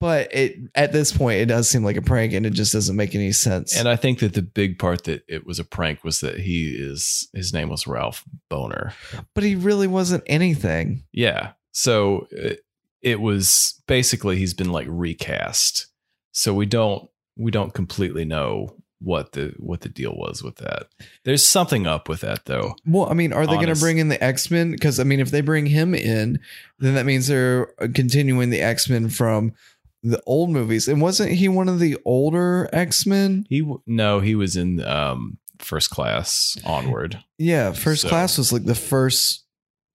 but it at this point it does seem like a prank, and it just doesn't make any sense.
And I think that the big part that it was a prank was that he is his name was Ralph Boner.
but he really wasn't anything.
Yeah. So it, it was basically he's been like recast. So we don't we don't completely know what the what the deal was with that. There's something up with that though.
Well, I mean, are they going to
Honest.
bring in the X Men? Because I mean, if they bring him in, then that means they're uh, continuing the X Men from the old movies. And wasn't he one of the older X Men?
He w- no, he was in um first class onward.
Yeah, First
So-
Class was like the first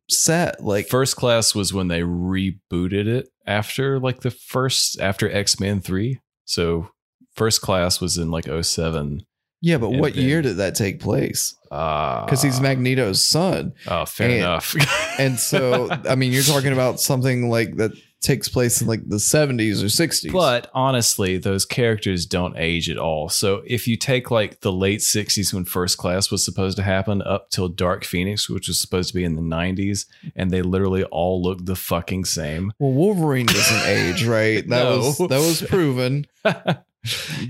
set. Like,
Like first class was when they rebooted it after like the first after X-Men 3. So first class was in like 07.
yeah, but
and
what
then-
year did that take place?
because
Because
Uh,
he's Magneto's son.
Ah, Oh, fair
and-
enough.
And so, uh, I mean, you're talking about something like that takes place in like the 70s or 60s.
but honestly, those characters don't age at all. So if you take like the late '60s when First Class was supposed to happen up till Dark Phoenix, which was supposed to be in the '90s, and they literally all look the fucking same.
well, Wolverine doesn't age, right? That
No.
was that was proven.
the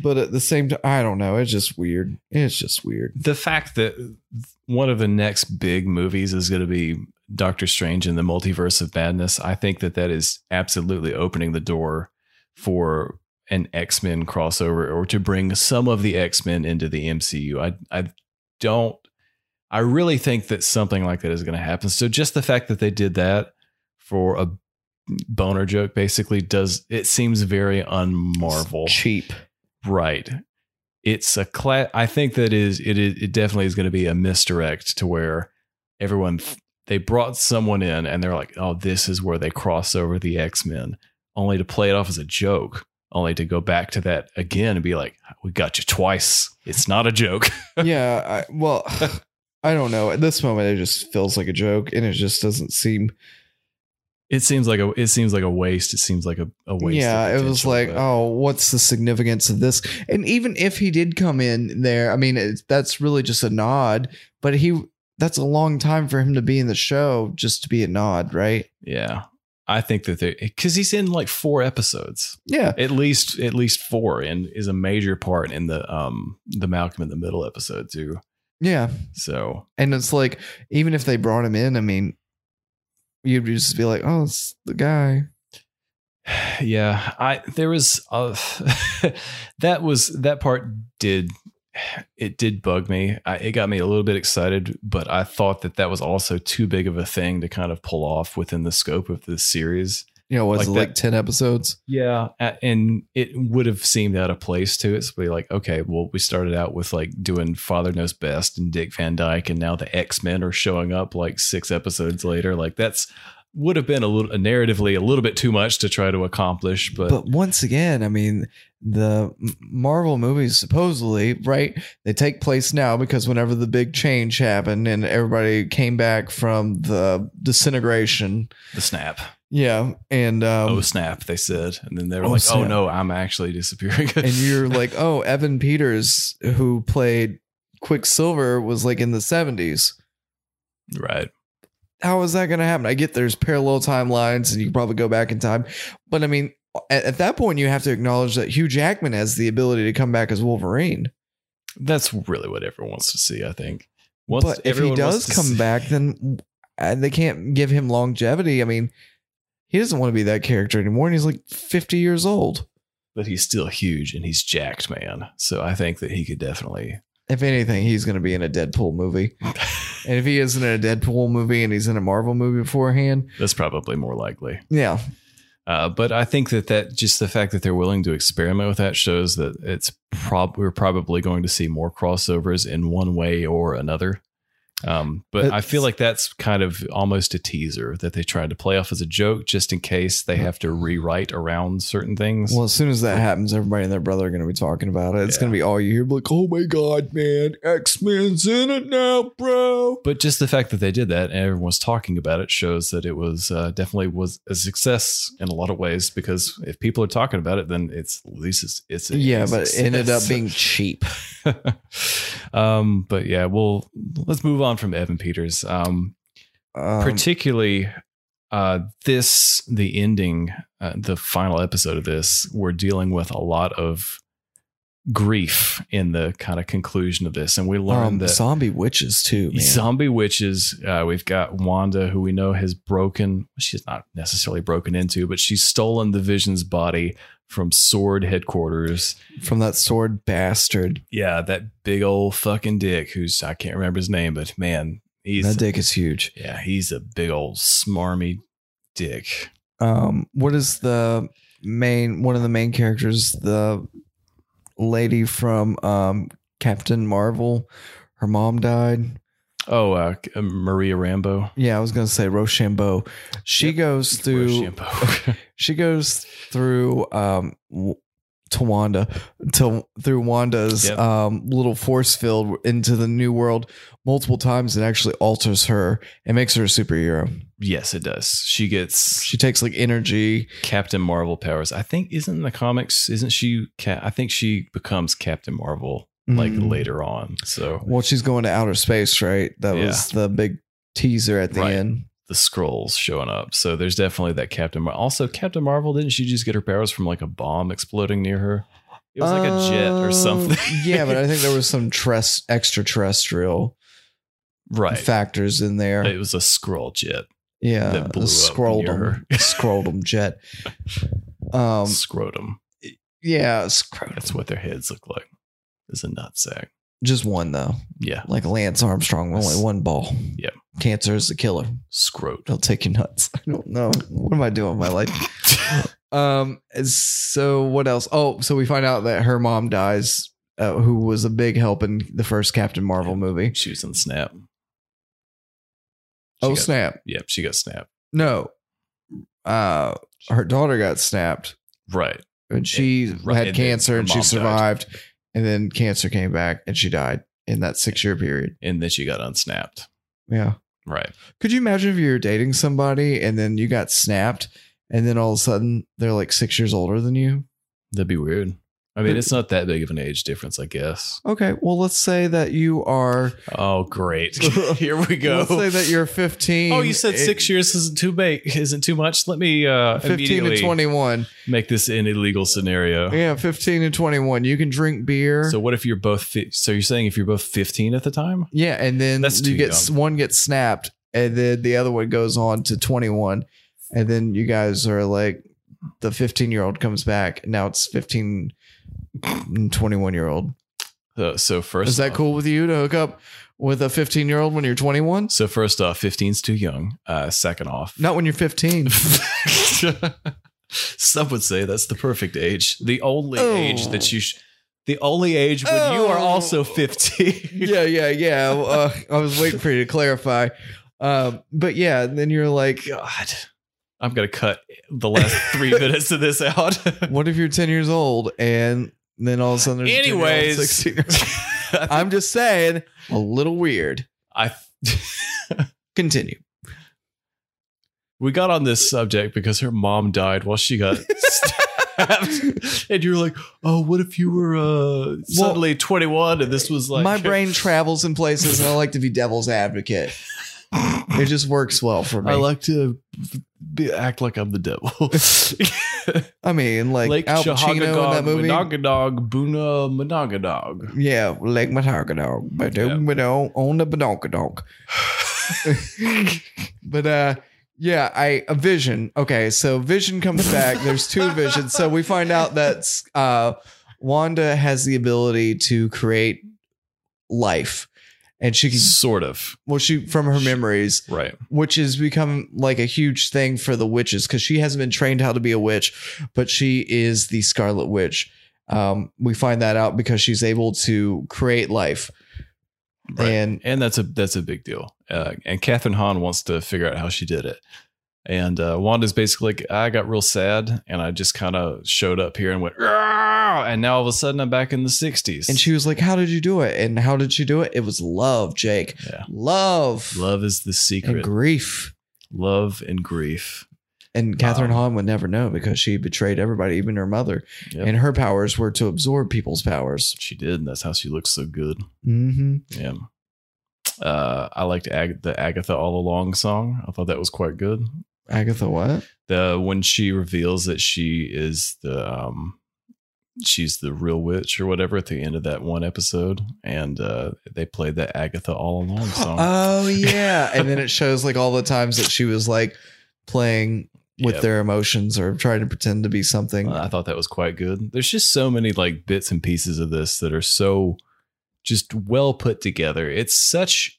But at the same time, I don't know. It's just weird. It's just weird.
fact that one of the next big movies is going to be Doctor Strange in the Multiverse of Madness, I think that that is absolutely opening the door for an X Men crossover or to bring some of the X Men into the MCU. I I don't. I really think that something like that is going to happen. So just the fact that they did that for a boner joke basically does it seems very unmarvel
Cheap.
Right. It's a class. I think that is it is it definitely is going to be a misdirect to where everyone th- they brought someone in and they're like, oh, this is where they cross over the X Men, only to play it off as a joke, only to go back to that again and be like, we got you twice. It's not a joke.
Yeah. I, well, I don't know. At this moment, it just feels like a joke, and it just doesn't seem.
It seems like a it seems like a waste. It seems like a, a waste. of
yeah, it was
potential,
like,
but-
oh, what's the significance of this? And even if he did come in there, I mean, it, that's really just a nod. But he, that's a long time for him to be in the show just to be a nod, right?
yeah. I think that they because he's in like four episodes.
Yeah.
at least at least four and is a major part in the um the malcolm in the middle episode too
Yeah.
so
And it's like, even if they brought him in, I mean, you'd just be like, oh, it's the guy.
yeah i there was uh, that was that part did it did bug me I, it got me a little bit excited but i thought that that was also too big of a thing to kind of pull off within the scope of this series
You know, was
Like
it
that-
like 10 episodes?
yeah a- and it would have seemed out of place to it so be like okay well we started out with like doing father knows best and dick van dyke and now the x-men are showing up like six episodes later like that's would have been a little narratively a little bit too much to try to accomplish but,
but once again, I mean, the M- Marvel movies supposedly, right? They take place now because whenever the big change happened and everybody came back from the disintegration,
the snap
yeah, and um,
oh snap they said and then they were
Oh,
like oh
snap.
no i'm actually disappearing
and you're like, oh, Evan Peters, who played Quicksilver, was like in the seventies.
right
How is that going to happen? I get there's parallel timelines, and you can probably go back in time, but I mean, at, at that point, you have to acknowledge that Hugh Jackman has the ability to come back as Wolverine.
that's really what everyone wants to see i think
but if he
everyone wants
does
to
come
see-
back, then uh, they can't give him longevity. I mean, he doesn't want to be that character anymore, and he's like 50 years old.
but he's still huge and he's jacked man so i think that he could definitely
If anything, he's going to be in a Deadpool movie. and if he isn't in a Deadpool movie and he's in a Marvel movie beforehand,
That's probably more likely.
yeah,
Uh, but I think that that just the fact that they're willing to experiment with that shows that it's prob we're probably going to see more crossovers in one way or another. Um, but I
It's-
feel like that's kind of almost a teaser that they tried to play off as a joke just in case they have to rewrite around certain things.
Well, as soon as that happens, everybody and their brother are going to be talking about it. It's
Yeah.
going to be all you hear, like, oh my God, man, X Men's in it now, bro.
but just the fact that they did that and everyone was talking about it shows that it was uh, definitely was a success in a lot of ways because if people are talking about it, then it's at least it's, it's a
Yeah, but it ended up
success.
being cheap.
um, but yeah, well, let's move on from Evan Peters. Um,
Um,
particularly uh, this the ending uh, the final episode of this we're dealing with a lot of grief in the kind of conclusion of this and we learn
um,
that
zombie witches, too, man.
zombie witches uh, we've got wanda who we know has broken she's not necessarily broken into but she's stolen the vision's body from sword headquarters
From that sword bastard.
yeah that big old fucking dick who's i can't remember his name but man he's
That dick is huge.
yeah he's a big old smarmy dick
um what is the main one of the main characters the lady from um captain marvel her mom died
Oh, uh, Maria Rambo.
yeah i was gonna say rochambeau she
Yep.
goes through
Rochambeau.
she goes through um w- to Wanda to through Wanda's
Yep.
um little force field into the new world multiple times and actually alters her and makes her a superhero.
yes, it does. She gets
She takes like energy.
Captain Marvel powers. I think isn't in the comics. Isn't she? Ca- I think she becomes Captain Marvel like
Mhm.
later on. So
Well, she's going to outer space, right? That
Yeah.
was the big teaser at the
Right.
end.
the scrolls showing up. So there's definitely that Captain. Mar- also, Captain Marvel didn't she just get her powers from like a bomb exploding near her? It was like a jet or
Um,
something.
yeah, but I think there was some tres- extraterrestrial
right.
factors in there.
It was a scroll jet.
yeah,
that blew
a
up
scrolled
near her.
scrolled jet. Um,
Scrotum.
yeah, scrotum.
That's what their heads look like. Is a nutsack.
Just one though,
Yeah.
like Lance Armstrong, only one ball.
Yep.
cancer is the killer.
Scrot.
It'll take you nuts. I don't know. What am I doing with my life? Um. So what else? Oh, so we find out that her mom dies, uh, who was a big help in the first Captain Marvel movie.
she was in Snap. She
oh
got-
snap!
Yep, she got snapped.
No, uh, her daughter got snapped,
Right.
and she
Right,
had
and then
cancer,
her
and she
mom died.
survived. And then cancer came back, and she died in that six year period.
And then she got unsnapped.
Yeah.
Right.
Could you imagine if you were dating somebody and then you got snapped, and then all of a sudden they're like six years older than you?
That'd be weird. I mean, it's not that big of an age difference, I guess.
Okay, well let's say that you are.
Oh, great. Here we go.
Let's say that you're 15.
Oh, you said
and-
six years isn't too big, isn't too much. Let me uh,
15
immediately
to 21.
make this an illegal scenario.
Yeah, 15 to 21. You can drink beer.
So, what if you're both? Fi- so, you're saying if you're both 15 at the time?
yeah, and then
That's too
you get one gets snapped and then the other one goes on to 21 and then you guys are like the 15-year-old comes back. and Now it's 15 and 21-year-old.
Uh, so, first,
Is that
off-
cool with you to hook up with a 15-year-old when you're 21?
So, first off, 15's too young. Uh, second off,
Not when you're 15.
Some would say that's the perfect age, the only
Oh.
age that you, sh- the only age when you are
Oh.
also fifteen.
yeah, yeah, yeah. Uh, I was waiting for you to clarify. Um, but yeah, and then you're like
God, I'm gonna cut the last three minutes of this out.
what if you're 10 years old and then all of a sudden there's a 10 year old,
Anyways,
16 year old? i'm just saying a little weird
I
continue
we got on this subject because her mom died while she got stabbed, and you're like, oh, what if you were uh, suddenly 21 and this was like
my brain travels in places and i like to be devil's advocate it just works well for me
I like to be, act like I'm the devil.
i mean like, al pacino in that movie
Monogadog, Buna Monogadog.
yeah like my tiger dog but
Yeah.
don't- but don't own the badonka dog but uh yeah, I a vision. Okay, so vision comes back. There's two visions. So we find out that uh, Wanda has the ability to create life, and she can
Sort of.
well she from her memories,
Right.
which has become like a huge thing for the witches because she hasn't been trained how to be a witch, but she is the Scarlet Witch. Um, we find that out because she's able to create life.
Right.
And
and that's a that's a big deal. Uh, and Catherine Hahn wants to figure out how she did it. And uh, Wanda's basically like, I got real sad, and I just kind of showed up here and went, "Rah!" and now all of a sudden I'm back in the '60s.
and she was like, "How did you do it?" And how did she do it? It was love, Jake.
yeah,
Love,
love is the secret.
and grief.
love and grief.
And Catherine
Wow.
Hahn would never know because she betrayed everybody, even her mother.
Yep.
And her powers were to absorb people's powers.
She did, and that's how she looks so good.
Mm-hmm.
Yeah. Uh, I liked Ag- the Agatha All Along song. I thought that was quite good.
Agatha, what?
the when she reveals that she is the um she's the real witch or whatever at the end of that one episode and uh they played that agatha all along song
Oh yeah. and then it shows like all the times that she was like playing with
Yeah.
their emotions or trying to pretend to be something.
i thought that was quite good there's just so many like bits and pieces of this that are so just well put together it's such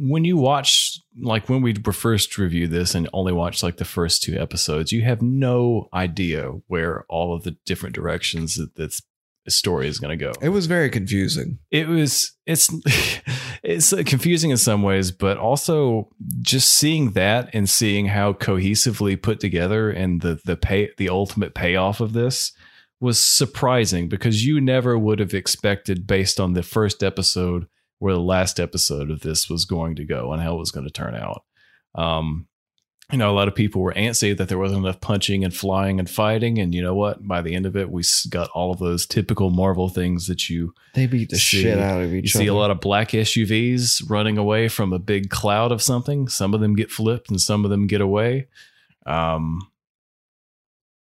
when you watch like when we were first reviewed this and only watched like the first two episodes you have no idea where all of the different directions that this story is going to go
it was very confusing.
it was it's it's confusing in some ways but also just seeing that and seeing how cohesively put together and the the pay the ultimate payoff of this was surprising because you never would have expected based on the first episode where the last episode of this was going to go and how it was going to turn out um you know, a lot of people were antsy that there wasn't enough punching and flying and fighting. And you know what? By the end of it, we s- got all of those typical Marvel things that you
They beat the
See-
shit out of
you
each other.
see a lot of black SUVs running away from a big cloud of something. Some of them get flipped and some of them get away. Um,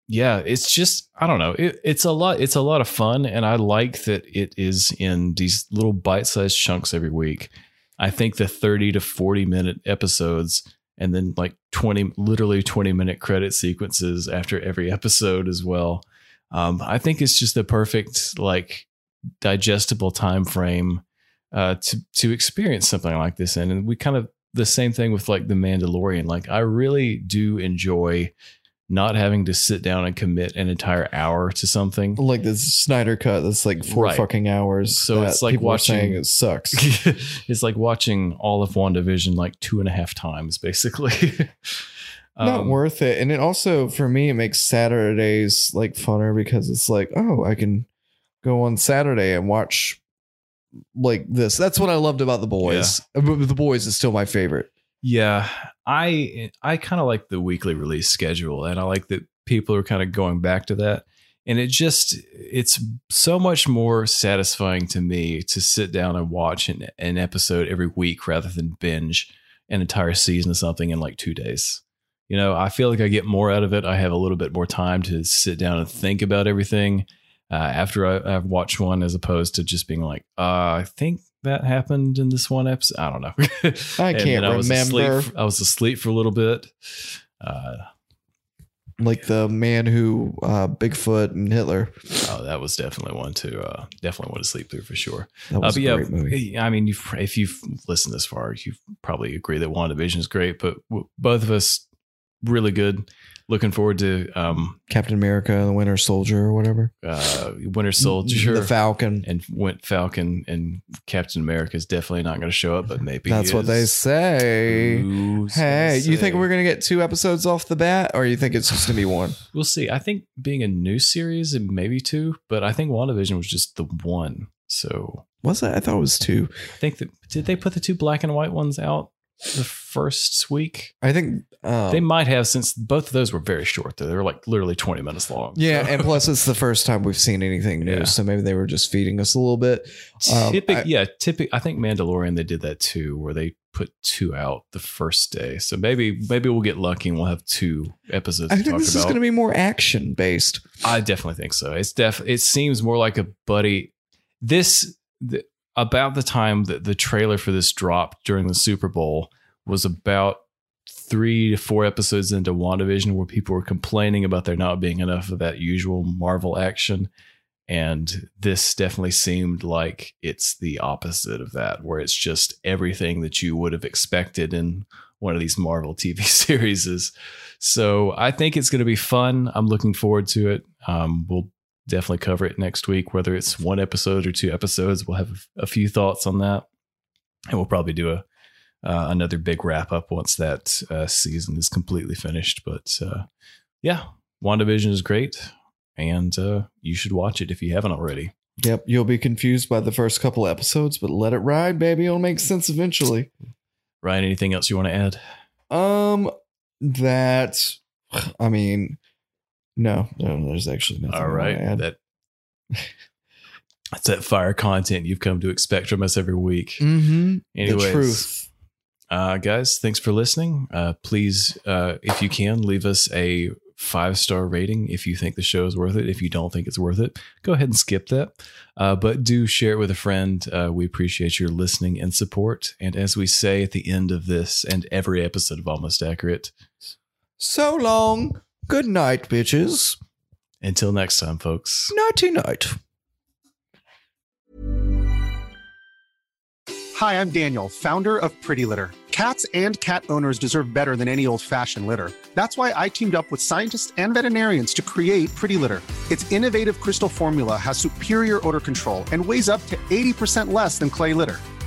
yeah, it's just I don't know. It, it's a lot. It's a lot of fun, and I like that it is in these little bite-sized chunks every week. I think the thirty to forty-minute episodes, and then like twenty, literally twenty-minute credit sequences after every episode as well. Um, I think it's just the perfect like digestible time frame uh, to to experience something like this in. And we kind of the same thing with like the Mandalorian. Like I really do enjoy not having to sit down and commit an entire hour to something.
like this Snyder cut that's like four
Right.
fucking hours.
So it's
that
like
people are
watching-
saying it sucks.
it's like watching all of WandaVision like two and a half times, basically.
Not
Um,
worth it. And it also for me it makes Saturdays like funner because it's like, oh, I can go on Saturday and watch like this. That's what I loved about the boys. But The boys is still my favorite.
Yeah, I I kind of like the weekly release schedule, and I like that people are kind of going back to that. And it just it's so much more satisfying to me to sit down and watch an, an episode every week rather than binge an entire season of something in like two days. You know, I feel like I get more out of it. I have a little bit more time to sit down and think about everything uh, after I, I've watched one, as opposed to just being like, uh, I think that happened in this one episode. I don't know.
I
And
can't
then I was asleep-
remember.
I was asleep for a little bit. Uh,
Like the man who uh Bigfoot and Hitler.
oh, that was definitely one to uh, definitely one to sleep through for sure.
That
Uh,
was
but
a great movie.
I mean, you've, if you've listened this far, you probably agree that WandaVision is great, but w- both of us really good. Looking forward to um,
Captain America and the Winter Soldier or whatever.
uh, Winter Soldier
Mm, The Falcon.
and Went Falcon and Captain America is definitely not going to show up, but maybe
That's
he
what they
is.
say.
Who's gonna
Hey, you think
say?
we're gonna get two episodes off the bat, or you think it's just gonna be one?
We'll see. I think being a new series and maybe two, but I think WandaVision was just the one. So
Was it? I thought it was two.
I think that did they put the two black and white ones out the first week?
I think um,
They might have since both of those were very short though. They were like literally 20 minutes long.
Yeah,
So-
and plus it's the first time we've seen anything new,
Yeah.
so maybe they were just feeding us a little bit. um,
Typic,
I-
yeah, typic. I think Mandalorian they did that too, where they put two out the first day. So maybe maybe we'll get lucky and we'll have two episodes.
I
to
think
talk
this is
about.
going to be more action based.
I definitely think so. It's def. It seems more like a buddy. This th- about the time that the trailer for this dropped during the Super Bowl was about three to four episodes into WandaVision, where people were complaining about there not being enough of that usual Marvel action, and this definitely seemed like it's the opposite of that, where it's just everything that you would have expected in one of these Marvel TV series. So I think it's going to be fun. I'm looking forward to it. Um, we'll definitely cover it next week, whether it's one episode or two episodes. We'll have a, a few thoughts on that. and we'll probably do a uh, another big wrap up once that uh, season is completely finished. But uh, yeah, WandaVision is great, and uh, you should watch it if you haven't already.
Yep, you'll be confused by the first couple episodes, but let it ride, baby. It'll make sense eventually.
Ryan, anything else you want to add?
Um, that I mean, no, no, there's actually nothing. I
All
wanna
right,
add.
that that's that fire content you've come to expect from us every week.
mm-hmm.
Anyways,
the truth.
uh, guys, thanks for listening. Uh, please, uh, if you can, leave us a five star rating if you think the show is worth it. If you don't think it's worth it, go ahead and skip that. Uh, but do share it with a friend. Uh, we appreciate your listening and support. And as we say at the end of this and every episode of Almost Accurate,
So long. Good night, bitches.
until next time, folks.
Nighty night.
Hi, I'm Daniel, founder of Pretty Litter. Cats and cat owners deserve better than any old fashioned litter. That's why I teamed up with scientists and veterinarians to create Pretty Litter. Its innovative crystal formula has superior odor control and weighs up to 80% less than clay litter.